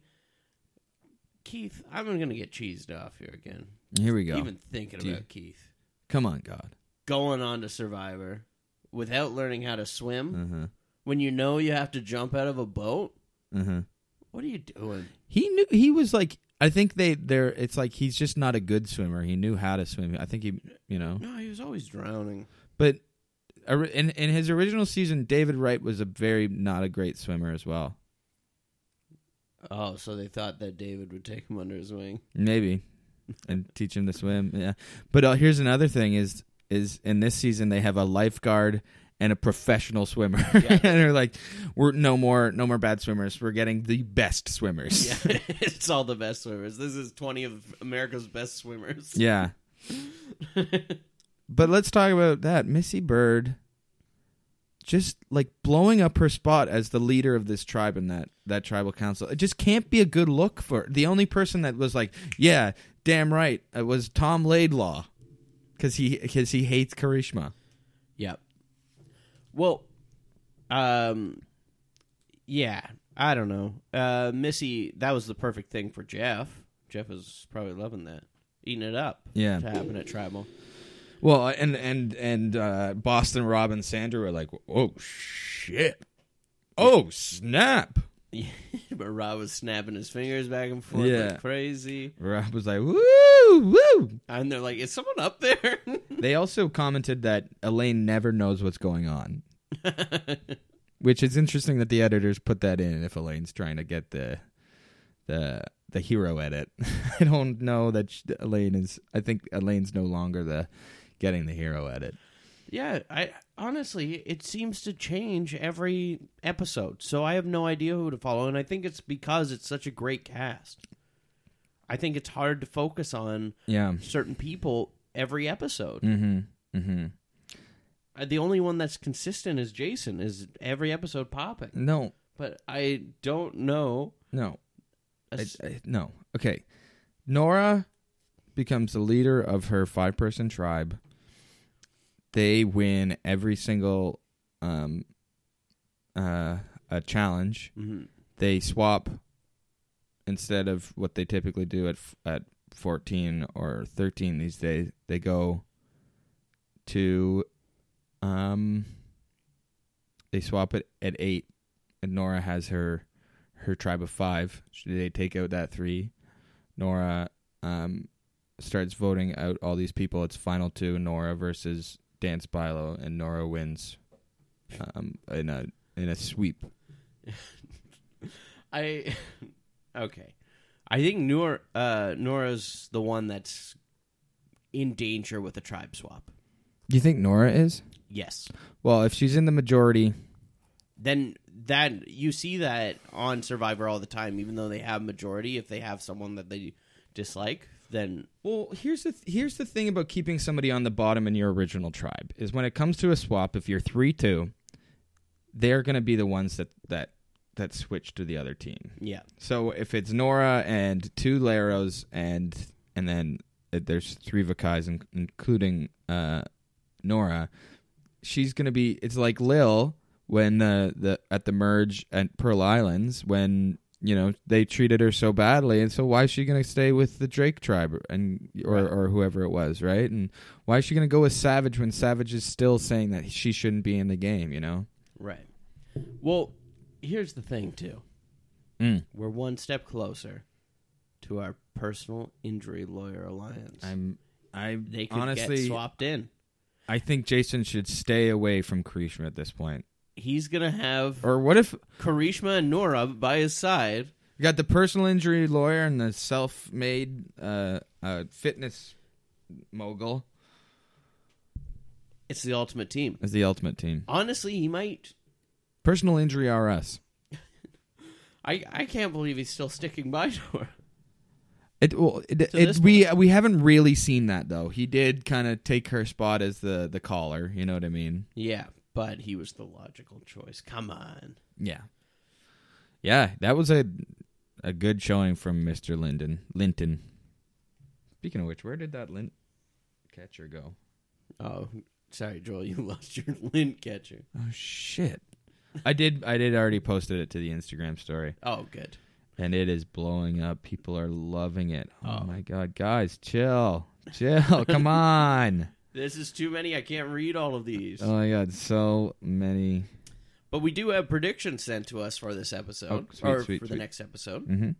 Speaker 1: Keith, I'm gonna get cheesed off here again.
Speaker 2: Here we go.
Speaker 1: Even thinking
Speaker 2: Do you-
Speaker 1: about Keith
Speaker 2: Come on, God.
Speaker 1: going on to Survivor without learning how to swim
Speaker 2: Uh huh.
Speaker 1: when you know you have to jump out of a boat.
Speaker 2: Uh huh.
Speaker 1: What are you doing?
Speaker 2: He knew he was like. I think they they're. It's like he's just not a good swimmer. He knew how to swim. I think he, you know.
Speaker 1: No, he was always drowning.
Speaker 2: But ori- in in his original season, David Wright was a very not a great swimmer as well.
Speaker 1: Oh, so they thought that David would take him under his wing.
Speaker 2: Maybe, and teach him to swim. Yeah, but uh, here's another thing: is is in this season they have a lifeguard and a professional swimmer, [LAUGHS] and they're like, we're no more no more bad swimmers. We're getting the best swimmers.
Speaker 1: [LAUGHS] Yeah, [LAUGHS] it's all the best swimmers. This is 20 of America's best [LAUGHS] swimmers.
Speaker 2: Yeah. but let's talk about that. Missy Bird just like blowing up her spot as the leader of this tribe and that that tribal council. It just can't be a good look for the only person that was like, yeah, damn right, it was Tom Laidlaw cuz he cuz he hates Karishma.
Speaker 1: Yep. Well, um, yeah, I don't know. Uh, Missy, that was the perfect thing for Jeff. Jeff is probably loving that, eating it up.
Speaker 2: Yeah.
Speaker 1: to happen at Tribal. [LAUGHS]
Speaker 2: Well, and and and uh, Boston Rob and Sandra were like, "Oh shit. Oh, snap."
Speaker 1: but Rob was snapping his fingers back and forth
Speaker 2: Yeah.
Speaker 1: like crazy,
Speaker 2: Rob was like, "Woo! Woo!"
Speaker 1: and they're like, "Is someone up there?" [LAUGHS]
Speaker 2: They also commented that Elaine never knows what's going on, which is interesting that the editors put that in. If Elaine's trying to get the the the hero edit, [LAUGHS] I don't know that sh Elaine is. I think Elaine's no longer the getting the hero edit.
Speaker 1: yeah, I honestly, it seems to change every episode, so I have no idea who to follow, and I think it's because it's such a great cast. I think it's hard to focus on
Speaker 2: Yeah.
Speaker 1: certain people every episode.
Speaker 2: Mm-hmm. Mm-hmm.
Speaker 1: Uh, The only one that's consistent is Jason. Is every episode popping?
Speaker 2: No.
Speaker 1: But I don't know.
Speaker 2: No.
Speaker 1: a
Speaker 2: I,
Speaker 1: s-
Speaker 2: I- no. Okay. Nora becomes the leader of her five person tribe. They win every single um uh a challenge.
Speaker 1: Mhm.
Speaker 2: They swap instead of what they typically do at f- at 14 or 13 these days. They go to um they swap it at eight, and Nora has her her tribe of five. Should They take out that three. Nora um, starts voting out all these people. It's final two. Nora versus Dan Spilo, and Nora wins um, in a in a sweep.
Speaker 1: I [LAUGHS] okay. I think Nora uh, Nora's the one that's in danger with a tribe swap.
Speaker 2: Do you think Nora is?
Speaker 1: Yes.
Speaker 2: Well, if she's in the majority,
Speaker 1: Then that you see that on Survivor all the time, even though they have majority. If they have someone that they dislike, then
Speaker 2: Well, here's the th- here's the thing about keeping somebody on the bottom in your original tribe is when it comes to a swap, if you're three two, they're going to be the ones that that that switch to the other team.
Speaker 1: yeah,
Speaker 2: So if it's Nora and two Laros and and then uh, there's three Vakais, in- including uh, Nora, she's gonna be. It's like Lil when uh, the at the merge at Pearl Islands when you know they treated her so badly, and so why is she gonna stay with the Drake tribe and or
Speaker 1: Right.
Speaker 2: or whoever it was, right? And why is she gonna go with Savage when Savage is still saying that she shouldn't be in the game? You know.
Speaker 1: right. Well, here's the thing too.
Speaker 2: Mm.
Speaker 1: We're one step closer to our personal injury lawyer alliance.
Speaker 2: I'm. I
Speaker 1: they could
Speaker 2: honestly
Speaker 1: get swapped in.
Speaker 2: I think Jason should stay away from Karishma at this point.
Speaker 1: He's gonna have
Speaker 2: Or what if you
Speaker 1: Karishma and Nora by his side.
Speaker 2: got the personal injury lawyer and the self-made uh, uh, fitness mogul
Speaker 1: It's the ultimate team.
Speaker 2: as the ultimate team?
Speaker 1: Honestly, he might.
Speaker 2: Personal injury RS.
Speaker 1: I I can't believe he's still sticking by [LAUGHS] Nora.
Speaker 2: It, well, it,
Speaker 1: To
Speaker 2: it,
Speaker 1: this
Speaker 2: we we haven't really seen that though. He did kind of take her spot as the the caller. You know what I mean?
Speaker 1: Yeah, but he was the logical choice. Come on.
Speaker 2: Yeah. Yeah, that was a a good showing from Mr. Linden. Linton. Speaking of which, where did that lint catcher go?
Speaker 1: Oh, sorry, Joel. You [LAUGHS] lost your lint catcher.
Speaker 2: Oh shit. I did I did already posted it to the Instagram story
Speaker 1: Oh, good.
Speaker 2: and it is blowing up. People are loving it. Oh,
Speaker 1: Oh.
Speaker 2: my god, guys, chill. [LAUGHS] Chill. Come on.
Speaker 1: This is too many. I can't read all of these.
Speaker 2: Oh my god, so many.
Speaker 1: but we do have predictions sent to us for this episode,
Speaker 2: Oh, sweet,
Speaker 1: or
Speaker 2: sweet,
Speaker 1: for
Speaker 2: sweet.
Speaker 1: the next episode.
Speaker 2: Mhm.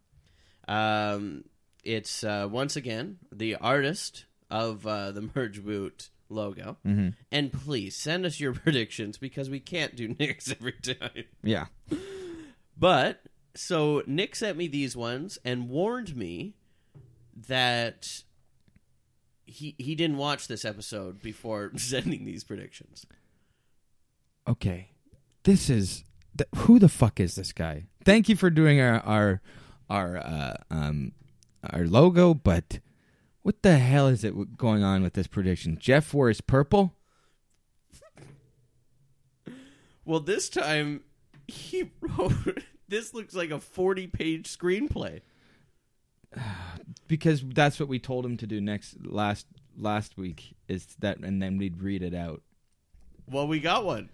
Speaker 1: Um, it's uh, once again the artist of uh, the merge boot logo.
Speaker 2: Mhm.
Speaker 1: And please send us your [LAUGHS] predictions because we can't do [LAUGHS] Nick's every time.
Speaker 2: Yeah.
Speaker 1: But so Nick sent me these ones and warned me that he he didn't watch this episode before [LAUGHS] sending these predictions.
Speaker 2: Okay. This is th- who the fuck is this guy? Thank you for doing our our our uh, um our logo, but what the hell is it w- going on with this prediction? Jeff wears purple?
Speaker 1: Well, this time he [LAUGHS] wrote this looks like a 40-page screenplay.
Speaker 2: because that's what we told him to do next last last week is that and then we'd read it out
Speaker 1: Well, we got one.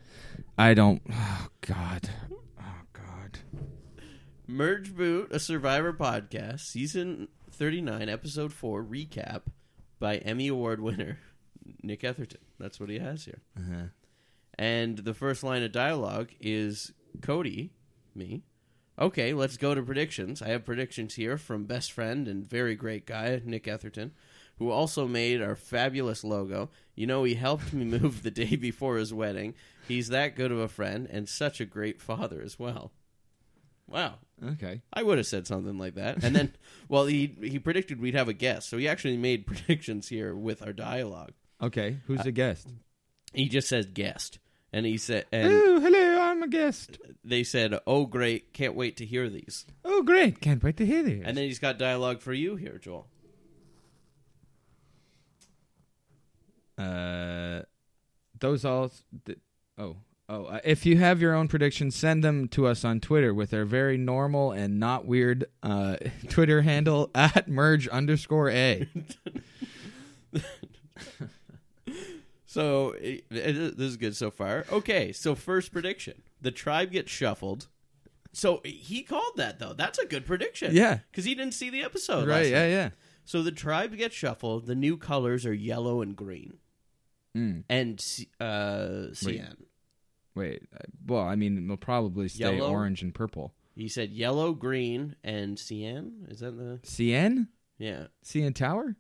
Speaker 2: i don't oh god oh god
Speaker 1: Merge Boot, a Survivor podcast, season 39, episode 4 recap by Emmy award winner [LAUGHS] Nick Etherton. That's what he has here.
Speaker 2: uh-huh.
Speaker 1: And the first line of dialogue is Cody, me. Okay, let's go to predictions. I have predictions here from best friend and very great guy, Nick Etherton, who also made our fabulous logo. You know, he helped me [LAUGHS] move the day before his wedding. He's that good of a friend and such a great father as well. Wow.
Speaker 2: okay
Speaker 1: I would have said something like that. And then, well, he, he predicted we'd have a guest. So he actually made [LAUGHS] predictions here with our dialogue.
Speaker 2: okay who's the guest
Speaker 1: He just says guest. And he said, and
Speaker 2: oh hello i'm a guest
Speaker 1: they said, "Oh, great! Can't wait to hear these."
Speaker 2: oh great can't wait to hear this
Speaker 1: And then he's got dialogue for you here, Joel.
Speaker 2: uh those all th- oh oh uh, if you have your own predictions send them to us on twitter with our very normal and not weird uh [LAUGHS] twitter handle [LAUGHS] at merge underscore a
Speaker 1: So it, it- this is good so far. Okay, so first prediction: the tribe gets shuffled. So he called that though. That's a good prediction.
Speaker 2: [LAUGHS] Yeah.
Speaker 1: because he didn't see the episode.
Speaker 2: right
Speaker 1: Last
Speaker 2: yeah
Speaker 1: night.
Speaker 2: yeah
Speaker 1: So the tribe gets shuffled. The new
Speaker 2: Hmm.
Speaker 1: colors are yellow and green,
Speaker 2: Mm.
Speaker 1: and C- uh, CN.
Speaker 2: Wait, uh, well, I mean, they'll probably stay
Speaker 1: Yellow?
Speaker 2: orange and purple.
Speaker 1: He said yellow, green, and cyan. Is that the
Speaker 2: CN?
Speaker 1: yeah? [LAUGHS]
Speaker 2: CN Tower?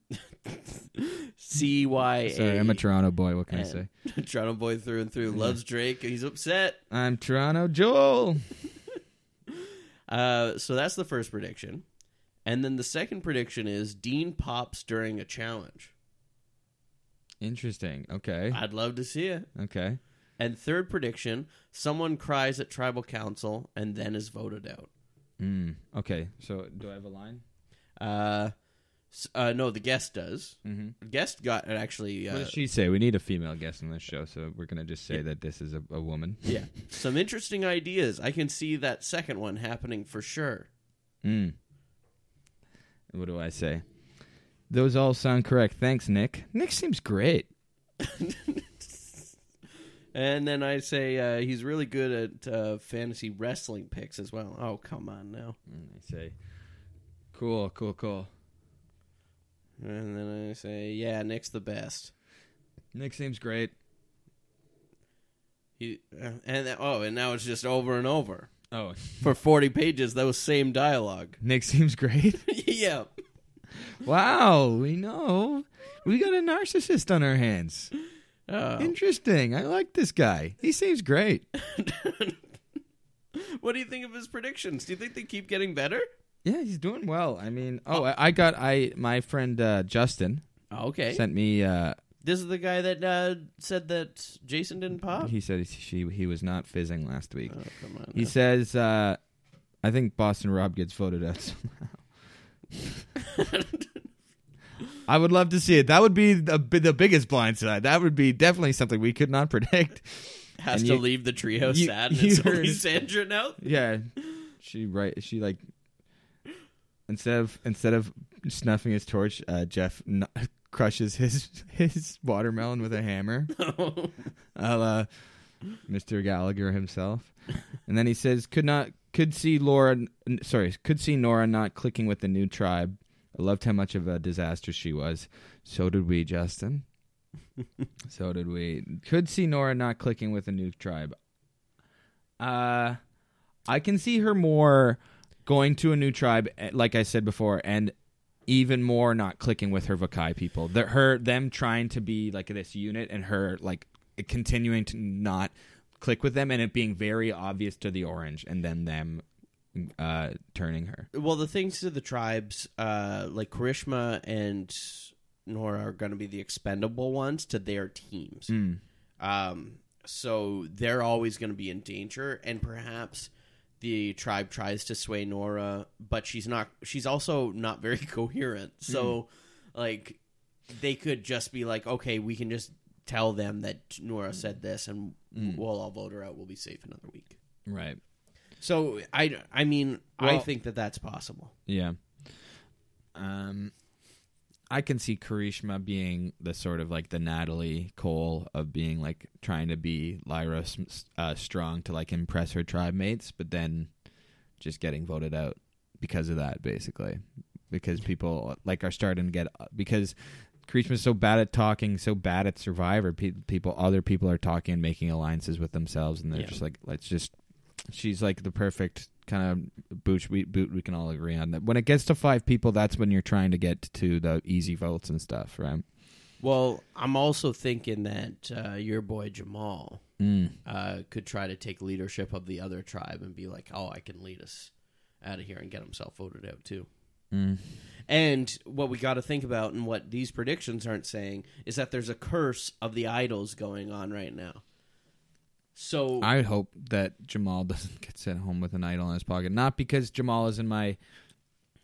Speaker 1: C Y.
Speaker 2: Sorry, I'm a Toronto boy. What can I say?
Speaker 1: [LAUGHS] Toronto boy through and through. Loves Drake. He's upset.
Speaker 2: I'm Toronto Joel.
Speaker 1: Uh, so that's the first prediction, and then the second prediction is Dean pops during a challenge.
Speaker 2: Interesting. Okay.
Speaker 1: I'd love to see it.
Speaker 2: Okay.
Speaker 1: And third prediction: someone cries at tribal council and then is voted out.
Speaker 2: Mm. Okay. So, do I have a line?
Speaker 1: Uh, s- uh no, the guest does.
Speaker 2: Mm-hmm.
Speaker 1: Guest got it actually.
Speaker 2: what
Speaker 1: Uh,
Speaker 2: does she say? We need a female guest on this show, so we're gonna just say that this is a, a woman.
Speaker 1: yeah, some interesting ideas. I can see that second one happening for sure.
Speaker 2: Mm. What do I say? Those all sound correct. Thanks, Nick. Nick seems great.
Speaker 1: And then I say uh, he's really good at uh, fantasy wrestling picks as well. Oh, come on now.
Speaker 2: And Hmm, I say, cool, cool, cool.
Speaker 1: And then I say, yeah, Nick's the best.
Speaker 2: Nick seems great.
Speaker 1: He uh, and then- oh, and now it's just over and over
Speaker 2: Oh, [LAUGHS]
Speaker 1: for forty pages. Those same dialogue. [LAUGHS]
Speaker 2: Nick seems great.
Speaker 1: yeah,
Speaker 2: wow, we know. We got a narcissist on our hands.
Speaker 1: Oh.
Speaker 2: Interesting. I like this guy. He seems great.
Speaker 1: what do you think of his predictions? Do you think they keep getting better?
Speaker 2: Yeah, he's doing well. I mean, oh, I, I got I my friend uh, Justin
Speaker 1: Oh, okay,
Speaker 2: sent me. Uh,
Speaker 1: this is the guy that uh, said that Jason didn't pop.
Speaker 2: he said she he was not fizzing last week.
Speaker 1: Oh, come on.
Speaker 2: He says, uh, I think Boston Rob gets voted out somehow. [LAUGHS] I would love to see it. That would be the, bi- the biggest blindside. That would be definitely something we could not [LAUGHS] predict.
Speaker 1: Has
Speaker 2: and
Speaker 1: to
Speaker 2: you-
Speaker 1: leave the trio
Speaker 2: you-
Speaker 1: sad, and
Speaker 2: you
Speaker 1: it's only
Speaker 2: heard-
Speaker 1: Sandra now. [LAUGHS]
Speaker 2: Yeah, she right. She like instead of instead of snuffing his torch, uh, Jeff n- crushes his [LAUGHS] his watermelon with a hammer, a la Mr. Gallagher himself. And then he says, "Could not could see Laura. n- Sorry, could see Nora not clicking with the new tribe. I loved how much of a disaster she was. So did we, Justin." so did we. Could see Nora not clicking with the new tribe. Uh, I can see her more going to a new tribe, eh, like I said before, and even more not clicking with her Vakai people. The, her them trying to be like this unit, and her like continuing to not click with them, and it being very obvious to the orange, and then them uh, turning her.
Speaker 1: well, the things to the tribes, uh, like Karishma and Nora, are going to be the expendable ones to their teams. Um, so they're always going to be in danger, and perhaps the tribe tries to sway Nora, but she's not. She's also not very [LAUGHS] coherent. So, like, they could just be like, "Okay, we can just tell them that Nora said this, and we'll all vote her out. We'll be safe another week."
Speaker 2: Right.
Speaker 1: So I, I mean, I
Speaker 2: Well-
Speaker 1: think that that's possible.
Speaker 2: Yeah. Um, I can see Karishma being the sort of like the Natalie Cole of being like trying to be Lyra s- uh, strong to like impress her tribe mates, but then just getting voted out because of that, basically. Because people like are starting to get because Karishma's so bad at talking, so bad at Survivor. Pe- people, other people are talking and making alliances with themselves, and they're
Speaker 1: Yeah.
Speaker 2: just like, let's just. She's like the perfect kind of boot we boot we can all agree on that when it gets to five people that's when you're trying to get to the easy votes and stuff right
Speaker 1: Well, I'm also thinking that uh, your boy Jamal
Speaker 2: mm.
Speaker 1: uh, could try to take leadership of the other tribe and be like, "Oh, I can lead us out of here and get himself voted out too."
Speaker 2: Mm.
Speaker 1: And what we got to think about, and what these predictions aren't saying, is that there's a curse of the idols going on right now. So
Speaker 2: i hope that jamal [LAUGHS] doesn't get sent home with an idol in his pocket not because jamal is in my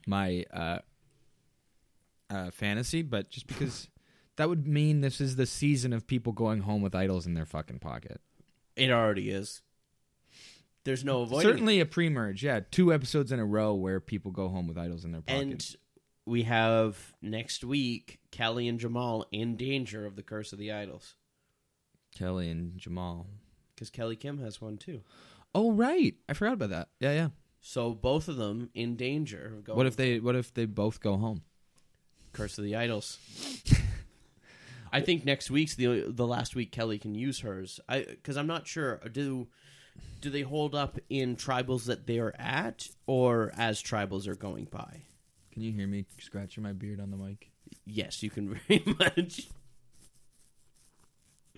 Speaker 2: my uh uh fantasy but just because [LAUGHS] that would mean this is the season of people going home with idols in their fucking pocket
Speaker 1: it already is. There's no avoiding. it.
Speaker 2: certainly a pre-merge yeah two episodes in a row where people go home with idols in their pocket
Speaker 1: And we have next week Kelly and Jamal in danger of the curse of the idols
Speaker 2: kelly and jamal
Speaker 1: because Kelly Kim has one too.
Speaker 2: oh right i forgot about that yeah yeah
Speaker 1: So both of them in danger of going.
Speaker 2: What if they What if they both go home?
Speaker 3: [LAUGHS]
Speaker 1: curse of the idols? I think next week's the the last week Kelly can use hers. I because I'm not sure do do they hold up in tribals that they are at or as tribals are going by.
Speaker 3: Can you hear me scratching my beard on the mic?
Speaker 1: Yes, you can [LAUGHS] very much.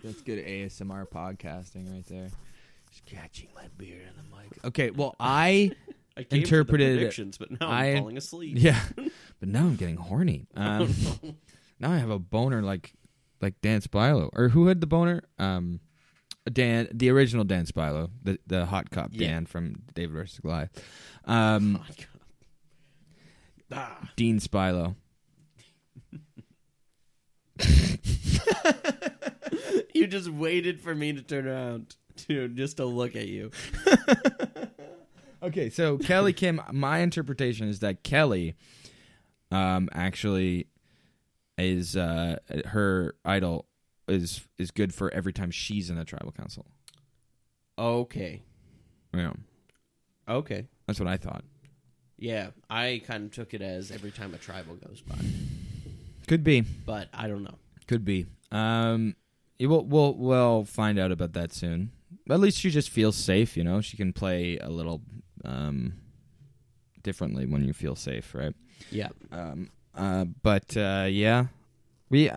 Speaker 3: That's good ASMR podcasting right there. Scratching my [LAUGHS] beard on the mic. Okay, well I
Speaker 1: I came
Speaker 3: Interpreted
Speaker 1: for
Speaker 3: it.
Speaker 1: the predictions, but now I'm
Speaker 3: I-
Speaker 1: falling asleep. [LAUGHS]
Speaker 3: yeah, but now I'm getting horny. Um, now I have a boner like like Dan Spilo or who had the boner? Um, Dan, the original Dan Spilo, the the hot cop
Speaker 1: Yeah.
Speaker 3: Dan from David vs. Goliath. Um,
Speaker 1: Oh, God. Ah,
Speaker 3: Dean Spilo.
Speaker 1: you just waited for me to turn around to just to look at you.
Speaker 3: Okay, so Kelly Kim, my interpretation is that Kelly um actually is uh her idol is is good for every time she's in the tribal council.
Speaker 1: Okay.
Speaker 3: Yeah.
Speaker 1: Okay.
Speaker 3: That's what I thought.
Speaker 1: Yeah, I kind of took it as every time a tribal goes by,
Speaker 3: Could be.
Speaker 1: but I don't know.
Speaker 3: Could be. Um yeah, we'll we'll we'll find out about that soon. But at least she just feels safe, you know. She can play a little um differently when you feel safe, right?
Speaker 1: Yeah.
Speaker 3: Um, uh, but uh, yeah, we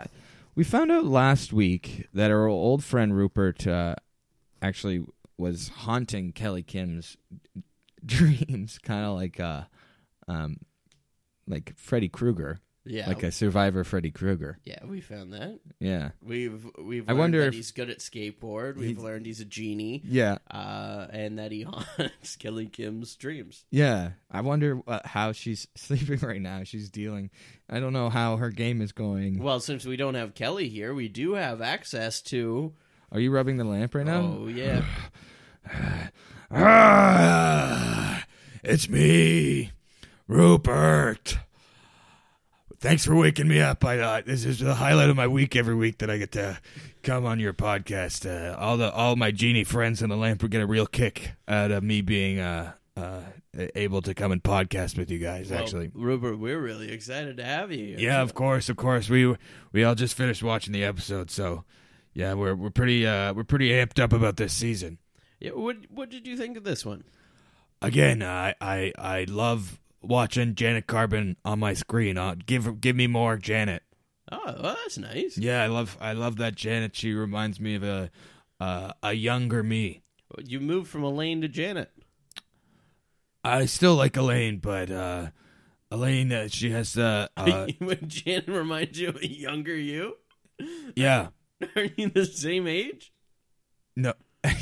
Speaker 3: we found out last week that our old friend Rupert uh, actually was haunting Kelly Kim's [LAUGHS] dreams, kind of like uh, um, like Freddy Krueger,
Speaker 1: Yeah.
Speaker 3: like a survivor Freddy Krueger.
Speaker 1: yeah, we found that.
Speaker 3: Yeah,
Speaker 1: We've we've
Speaker 3: I
Speaker 1: learned
Speaker 3: wonder
Speaker 1: that
Speaker 3: if-
Speaker 1: he's good at skateboard. We've
Speaker 3: He's-
Speaker 1: learned he's a genie.
Speaker 3: yeah,
Speaker 1: Uh, and that he [LAUGHS] haunts Kelly Kim's dreams.
Speaker 3: yeah. I wonder uh, how she's [LAUGHS] sleeping right now. She's dealing. I don't know how her game is going.
Speaker 1: Well, since we don't have Kelly here, we do have access to.
Speaker 3: Are you rubbing the lamp right now?
Speaker 1: Oh
Speaker 3: [SIGHS]
Speaker 1: yeah,
Speaker 2: Ah, it's me, Rupert. Thanks for waking me up. I uh, this is the highlight of my week every week that I get to come on your podcast. Uh, all the all my genie friends in the lamp would get a real kick out of me being uh, uh, able to come and podcast with you guys.
Speaker 1: Well,
Speaker 2: actually,
Speaker 1: Rupert, we're really excited to have you. here.
Speaker 2: yeah, of course, of course. We we all just finished watching the episode, so yeah, we're we're pretty uh, we're pretty amped up about this season.
Speaker 1: Yeah, what What did you think of this one?
Speaker 2: again, I I I love watching Janet Carbon on my screen. Uh, give give me more Janet.
Speaker 1: Oh, well, that's nice.
Speaker 2: Yeah, I love I love that Janet. She reminds me of a uh, a younger me.
Speaker 1: You moved from Elaine to Janet.
Speaker 2: I still like Elaine, but uh, Elaine uh, she has uh,
Speaker 1: [LAUGHS]
Speaker 2: uh
Speaker 1: Would Janet remind you of a younger you? [LAUGHS]
Speaker 2: yeah
Speaker 1: Are you the same age?
Speaker 2: no. [LAUGHS]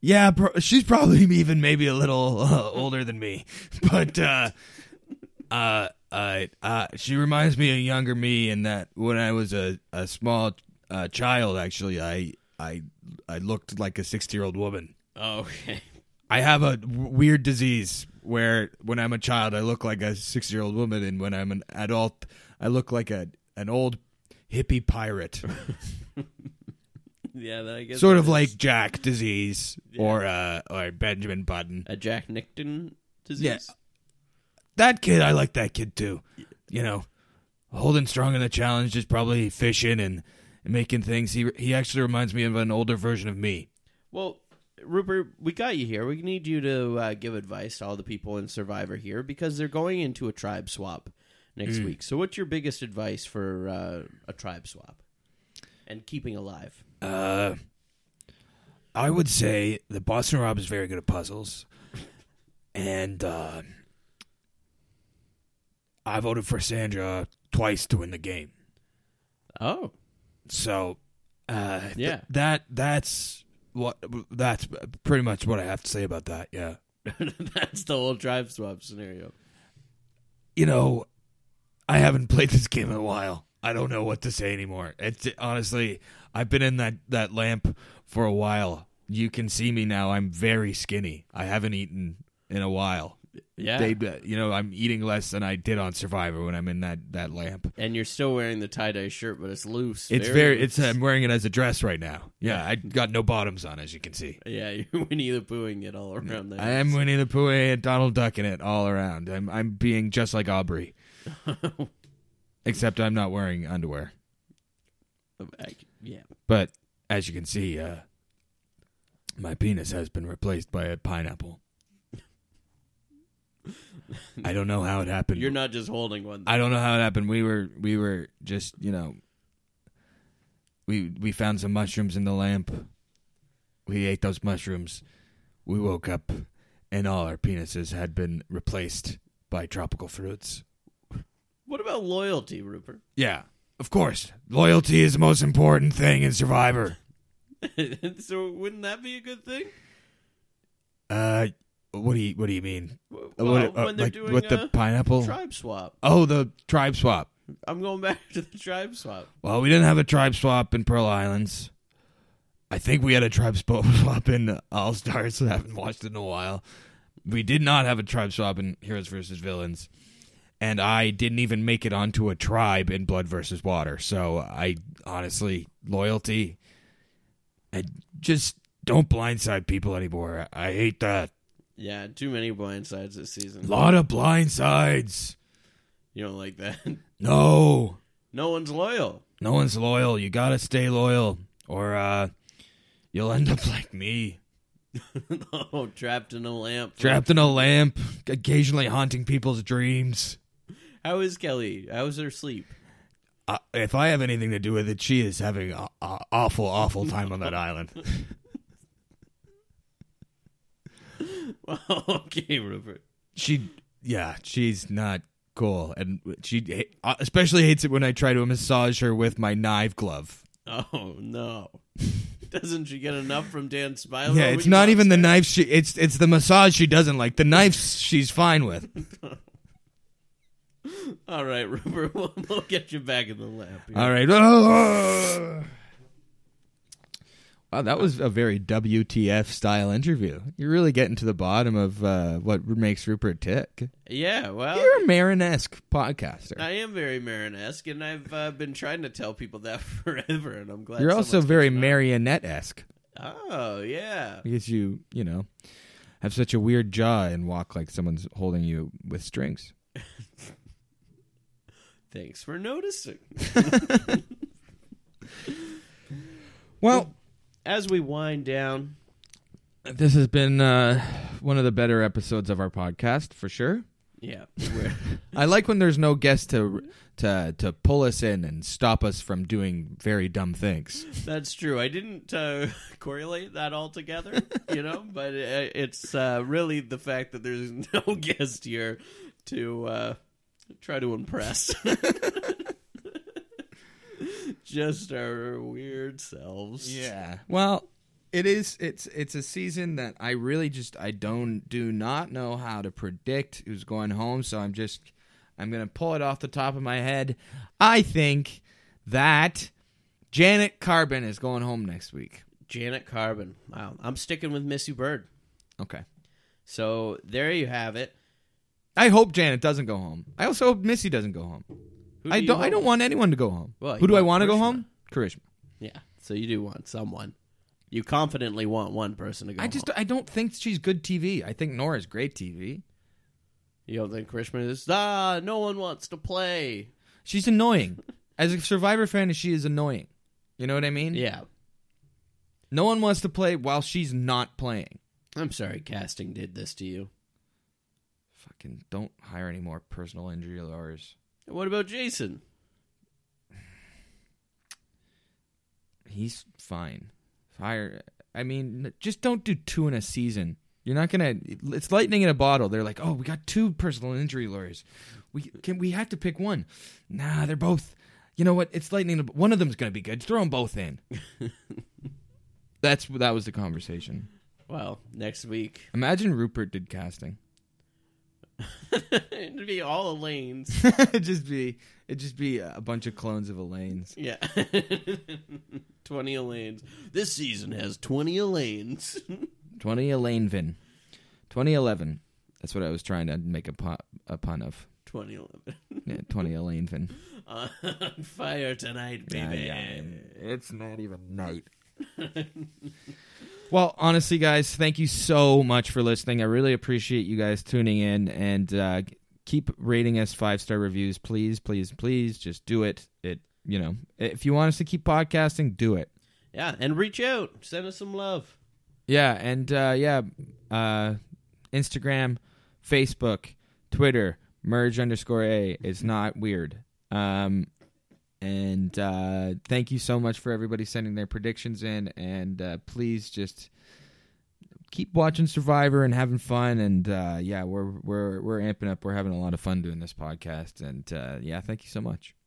Speaker 2: Yeah, pro- she's probably [LAUGHS] even maybe a little uh, older than me, [LAUGHS] but uh, uh, uh, uh, she reminds me of younger me in that when I was a, a small uh, child, actually, I I I looked like a sixty year old woman.
Speaker 1: Oh, Okay. [LAUGHS]
Speaker 2: I have a w- weird disease where when I'm a child, I look like a sixty year old woman, and when I'm an adult, I look like a an old hippie pirate,
Speaker 1: Yeah, that I guess
Speaker 2: sort
Speaker 1: that
Speaker 2: of
Speaker 1: is
Speaker 2: like Jack disease or uh, or Benjamin Button.
Speaker 1: a Jack Nicton disease.
Speaker 2: Yeah. that kid, I like that kid too. You know, holding strong in the challenge, just probably fishing and, and making things. He he actually reminds me of an older version of me.
Speaker 1: Well, Rupert, we got you here. We need you to uh, give advice to all the people in Survivor here because they're going into a tribe swap next week. So, what's your biggest advice for uh, a tribe swap and keeping alive?
Speaker 2: Uh, I would say that Boston Rob is very good at puzzles, and uh, I voted for Sandra twice to win the game.
Speaker 1: Oh,
Speaker 2: So, uh, th-
Speaker 1: Yeah.
Speaker 2: that that's what that's pretty much what I have to say about that. Yeah.
Speaker 1: [LAUGHS] that's the whole tribe swap scenario.
Speaker 2: you know, I haven't [LAUGHS] played this game in a while. I don't know what to say anymore. It's honestly, I've been in that that lamp for a while. You can see me now. I'm very skinny. I haven't eaten in a while.
Speaker 1: Yeah.
Speaker 2: They, uh, you know, I'm eating less than I did on Survivor when I'm in that that lamp.
Speaker 1: and you're still wearing the tie dye shirt, but it's loose.
Speaker 2: It's very. It's.
Speaker 1: loose.
Speaker 2: I'm wearing it as a dress right now. Yeah, I got no bottoms on, as you can see.
Speaker 1: yeah, [LAUGHS] you're Winnie the Poohing it all around there.
Speaker 2: I am Winnie the Pooh and Donald Duck in it all around. I'm I'm being [LAUGHS] just like Aubrey, except I'm not wearing underwear.
Speaker 1: Like, Yeah.
Speaker 2: But as you can see, uh, my penis has been replaced by a pineapple. I don't know how it happened.
Speaker 1: You're not just holding one.
Speaker 2: I don't know how it happened. We were we were just you know. We we found some mushrooms in the lamp. We ate those mushrooms. We woke up, and all our penises had been replaced by tropical fruits.
Speaker 1: What about loyalty, Rupert? [LAUGHS]
Speaker 2: Yeah, of course. Loyalty is the most important thing in Survivor.
Speaker 1: so wouldn't that be a good thing?
Speaker 2: Uh, what do you what do you mean?
Speaker 1: Well,
Speaker 2: Uh, uh,
Speaker 1: when they're
Speaker 2: like,
Speaker 1: doing
Speaker 2: with the
Speaker 1: a
Speaker 2: pineapple?
Speaker 1: tribe swap,
Speaker 2: oh, the tribe swap.
Speaker 1: I'm going back [LAUGHS] to the tribe swap.
Speaker 2: Well, we didn't have a tribe swap in Pearl Islands. I think we had a tribe [LAUGHS] spo- swap in uh, All Stars. I haven't watched it in a while. We did not have a tribe swap in Heroes versus Villains, and I didn't even make it onto a tribe in Blood versus Water. So I honestly loyalty. I just don't blindside people anymore. I hate that.
Speaker 1: Yeah, too many blindsides this season.
Speaker 2: Lot of blindsides.
Speaker 1: You don't like that. [LAUGHS]
Speaker 2: No.
Speaker 1: no one's loyal. [LAUGHS]
Speaker 2: No one's loyal. You gotta stay loyal, or uh, you'll end up like me,
Speaker 1: oh, trapped in a lamp.
Speaker 2: trapped in a lamp, occasionally haunting people's dreams.
Speaker 1: How is Kelly? How's her sleep? [LAUGHS]
Speaker 2: Uh, if I have anything to do with it, she is having an awful, awful time on that island.
Speaker 1: okay, Rupert.
Speaker 2: She, yeah, she's not cool, and she ha- especially hates it when I try to massage her with my knife glove.
Speaker 1: Oh no. [LAUGHS] Doesn't she get enough from Dan Spyler?
Speaker 2: yeah, it's not even the knife. She, it's it's the massage she doesn't like. The knives she's fine with.
Speaker 1: All right, [LAUGHS] Rupert. We'll, we'll get you back in the lap. here.
Speaker 2: All right. [LAUGHS] wow, that was a very WTF style interview. You're really getting to the bottom of uh, what makes Rupert tick.
Speaker 1: Yeah. Well,
Speaker 2: You're a Marinesque podcaster.
Speaker 1: I am very Marin-esque, and I've uh, been trying to tell people that [LAUGHS] forever, and I'm glad.
Speaker 2: You're also
Speaker 1: someone's
Speaker 2: very
Speaker 1: catching on.
Speaker 2: marionette esque
Speaker 1: Oh yeah.
Speaker 2: because you, you know, have such a weird jaw and walk like someone's holding you with strings.
Speaker 1: Thanks for noticing.
Speaker 2: Well,
Speaker 1: As we wind down,
Speaker 2: this has been uh, one of the better episodes of our podcast for sure.
Speaker 1: yeah, we're,
Speaker 2: I like when there's no guest to to to pull us in and stop us from doing very dumb things.
Speaker 1: that's true. I didn't uh, [LAUGHS] correlate that all together, you
Speaker 2: [LAUGHS]
Speaker 1: know, but it, it's uh, really the fact that there's [LAUGHS] no guest here to uh, try to impress. [LAUGHS] Just our weird selves.
Speaker 2: [LAUGHS] Yeah. Well, it is it's it's a season that I really just I don't do not know how to predict who's going home, so I'm just I'm going to pull it off the top of my head. I think that Janet Carbon is going home next week.
Speaker 1: Janet Carbon. Wow. I'm sticking with Missy Bird.
Speaker 2: Okay.
Speaker 1: So there you have it.
Speaker 2: I hope Janet doesn't go home. I also hope Missy doesn't go home.
Speaker 1: Who
Speaker 2: I
Speaker 1: do you
Speaker 2: don't I don't want anyone to go home.
Speaker 1: Well, you
Speaker 2: Who do I
Speaker 1: want
Speaker 2: want to go
Speaker 1: Karishma.
Speaker 2: home? Karishma.
Speaker 1: Yeah. So you do want someone. You confidently want one person to go.
Speaker 2: I just
Speaker 1: home.
Speaker 2: I don't think she's good TV. I think Nora's great TV.
Speaker 1: you don't think Krishna is ah no one wants to play.
Speaker 2: She's annoying. As a Survivor fan, she is annoying. You know what I mean?
Speaker 1: Yeah.
Speaker 2: No one wants to play while she's not playing.
Speaker 1: I'm sorry, casting did this to you.
Speaker 2: Fucking don't hire any more personal injury lawyers.
Speaker 1: What about Jason?
Speaker 2: He's fine. Hire. I mean, just don't do two in a season. You're not gonna. It's lightning in a bottle. They're like, oh, we got two personal injury lawyers. We can. We have to pick one. Nah, they're both. You know what? It's lightning. in a- One of them's gonna be good. Throw them both in. That's that was the conversation.
Speaker 1: Well, next week [LAUGHS]
Speaker 2: Imagine Rupert did casting. [LAUGHS]
Speaker 1: it'd be all Elaine's.
Speaker 2: it'd just be it'd just be a bunch of clones of Elaine's.
Speaker 1: Yeah, [LAUGHS] twenty Elaine's. This season has twenty Elaine's.
Speaker 2: 20 Elaine Vin. 2011. That's what I was trying to make a pun, a pun of.
Speaker 1: [LAUGHS] twenty eleven [LAUGHS]
Speaker 2: Yeah, 20 Elaine Vin.
Speaker 1: on fire tonight,
Speaker 2: Yeah,
Speaker 1: baby.
Speaker 2: yeah. It's not even night. [LAUGHS] well, honestly, guys, thank you so much for listening. I really appreciate you guys tuning in and uh, keep rating us five star reviews, please, please, please. Just do it. It you know, if you want us to keep podcasting, do it.
Speaker 1: Yeah, and reach out, send us some love.
Speaker 2: Yeah, and uh, yeah, uh, Instagram, Facebook, Twitter, merge underscore a. It's not weird. Um, and uh, thank you so much for everybody sending their predictions in, and uh, please just keep watching Survivor and having fun. And uh, yeah, we're we're we're amping up. We're having a lot of fun doing this podcast, and uh, yeah, thank you so much.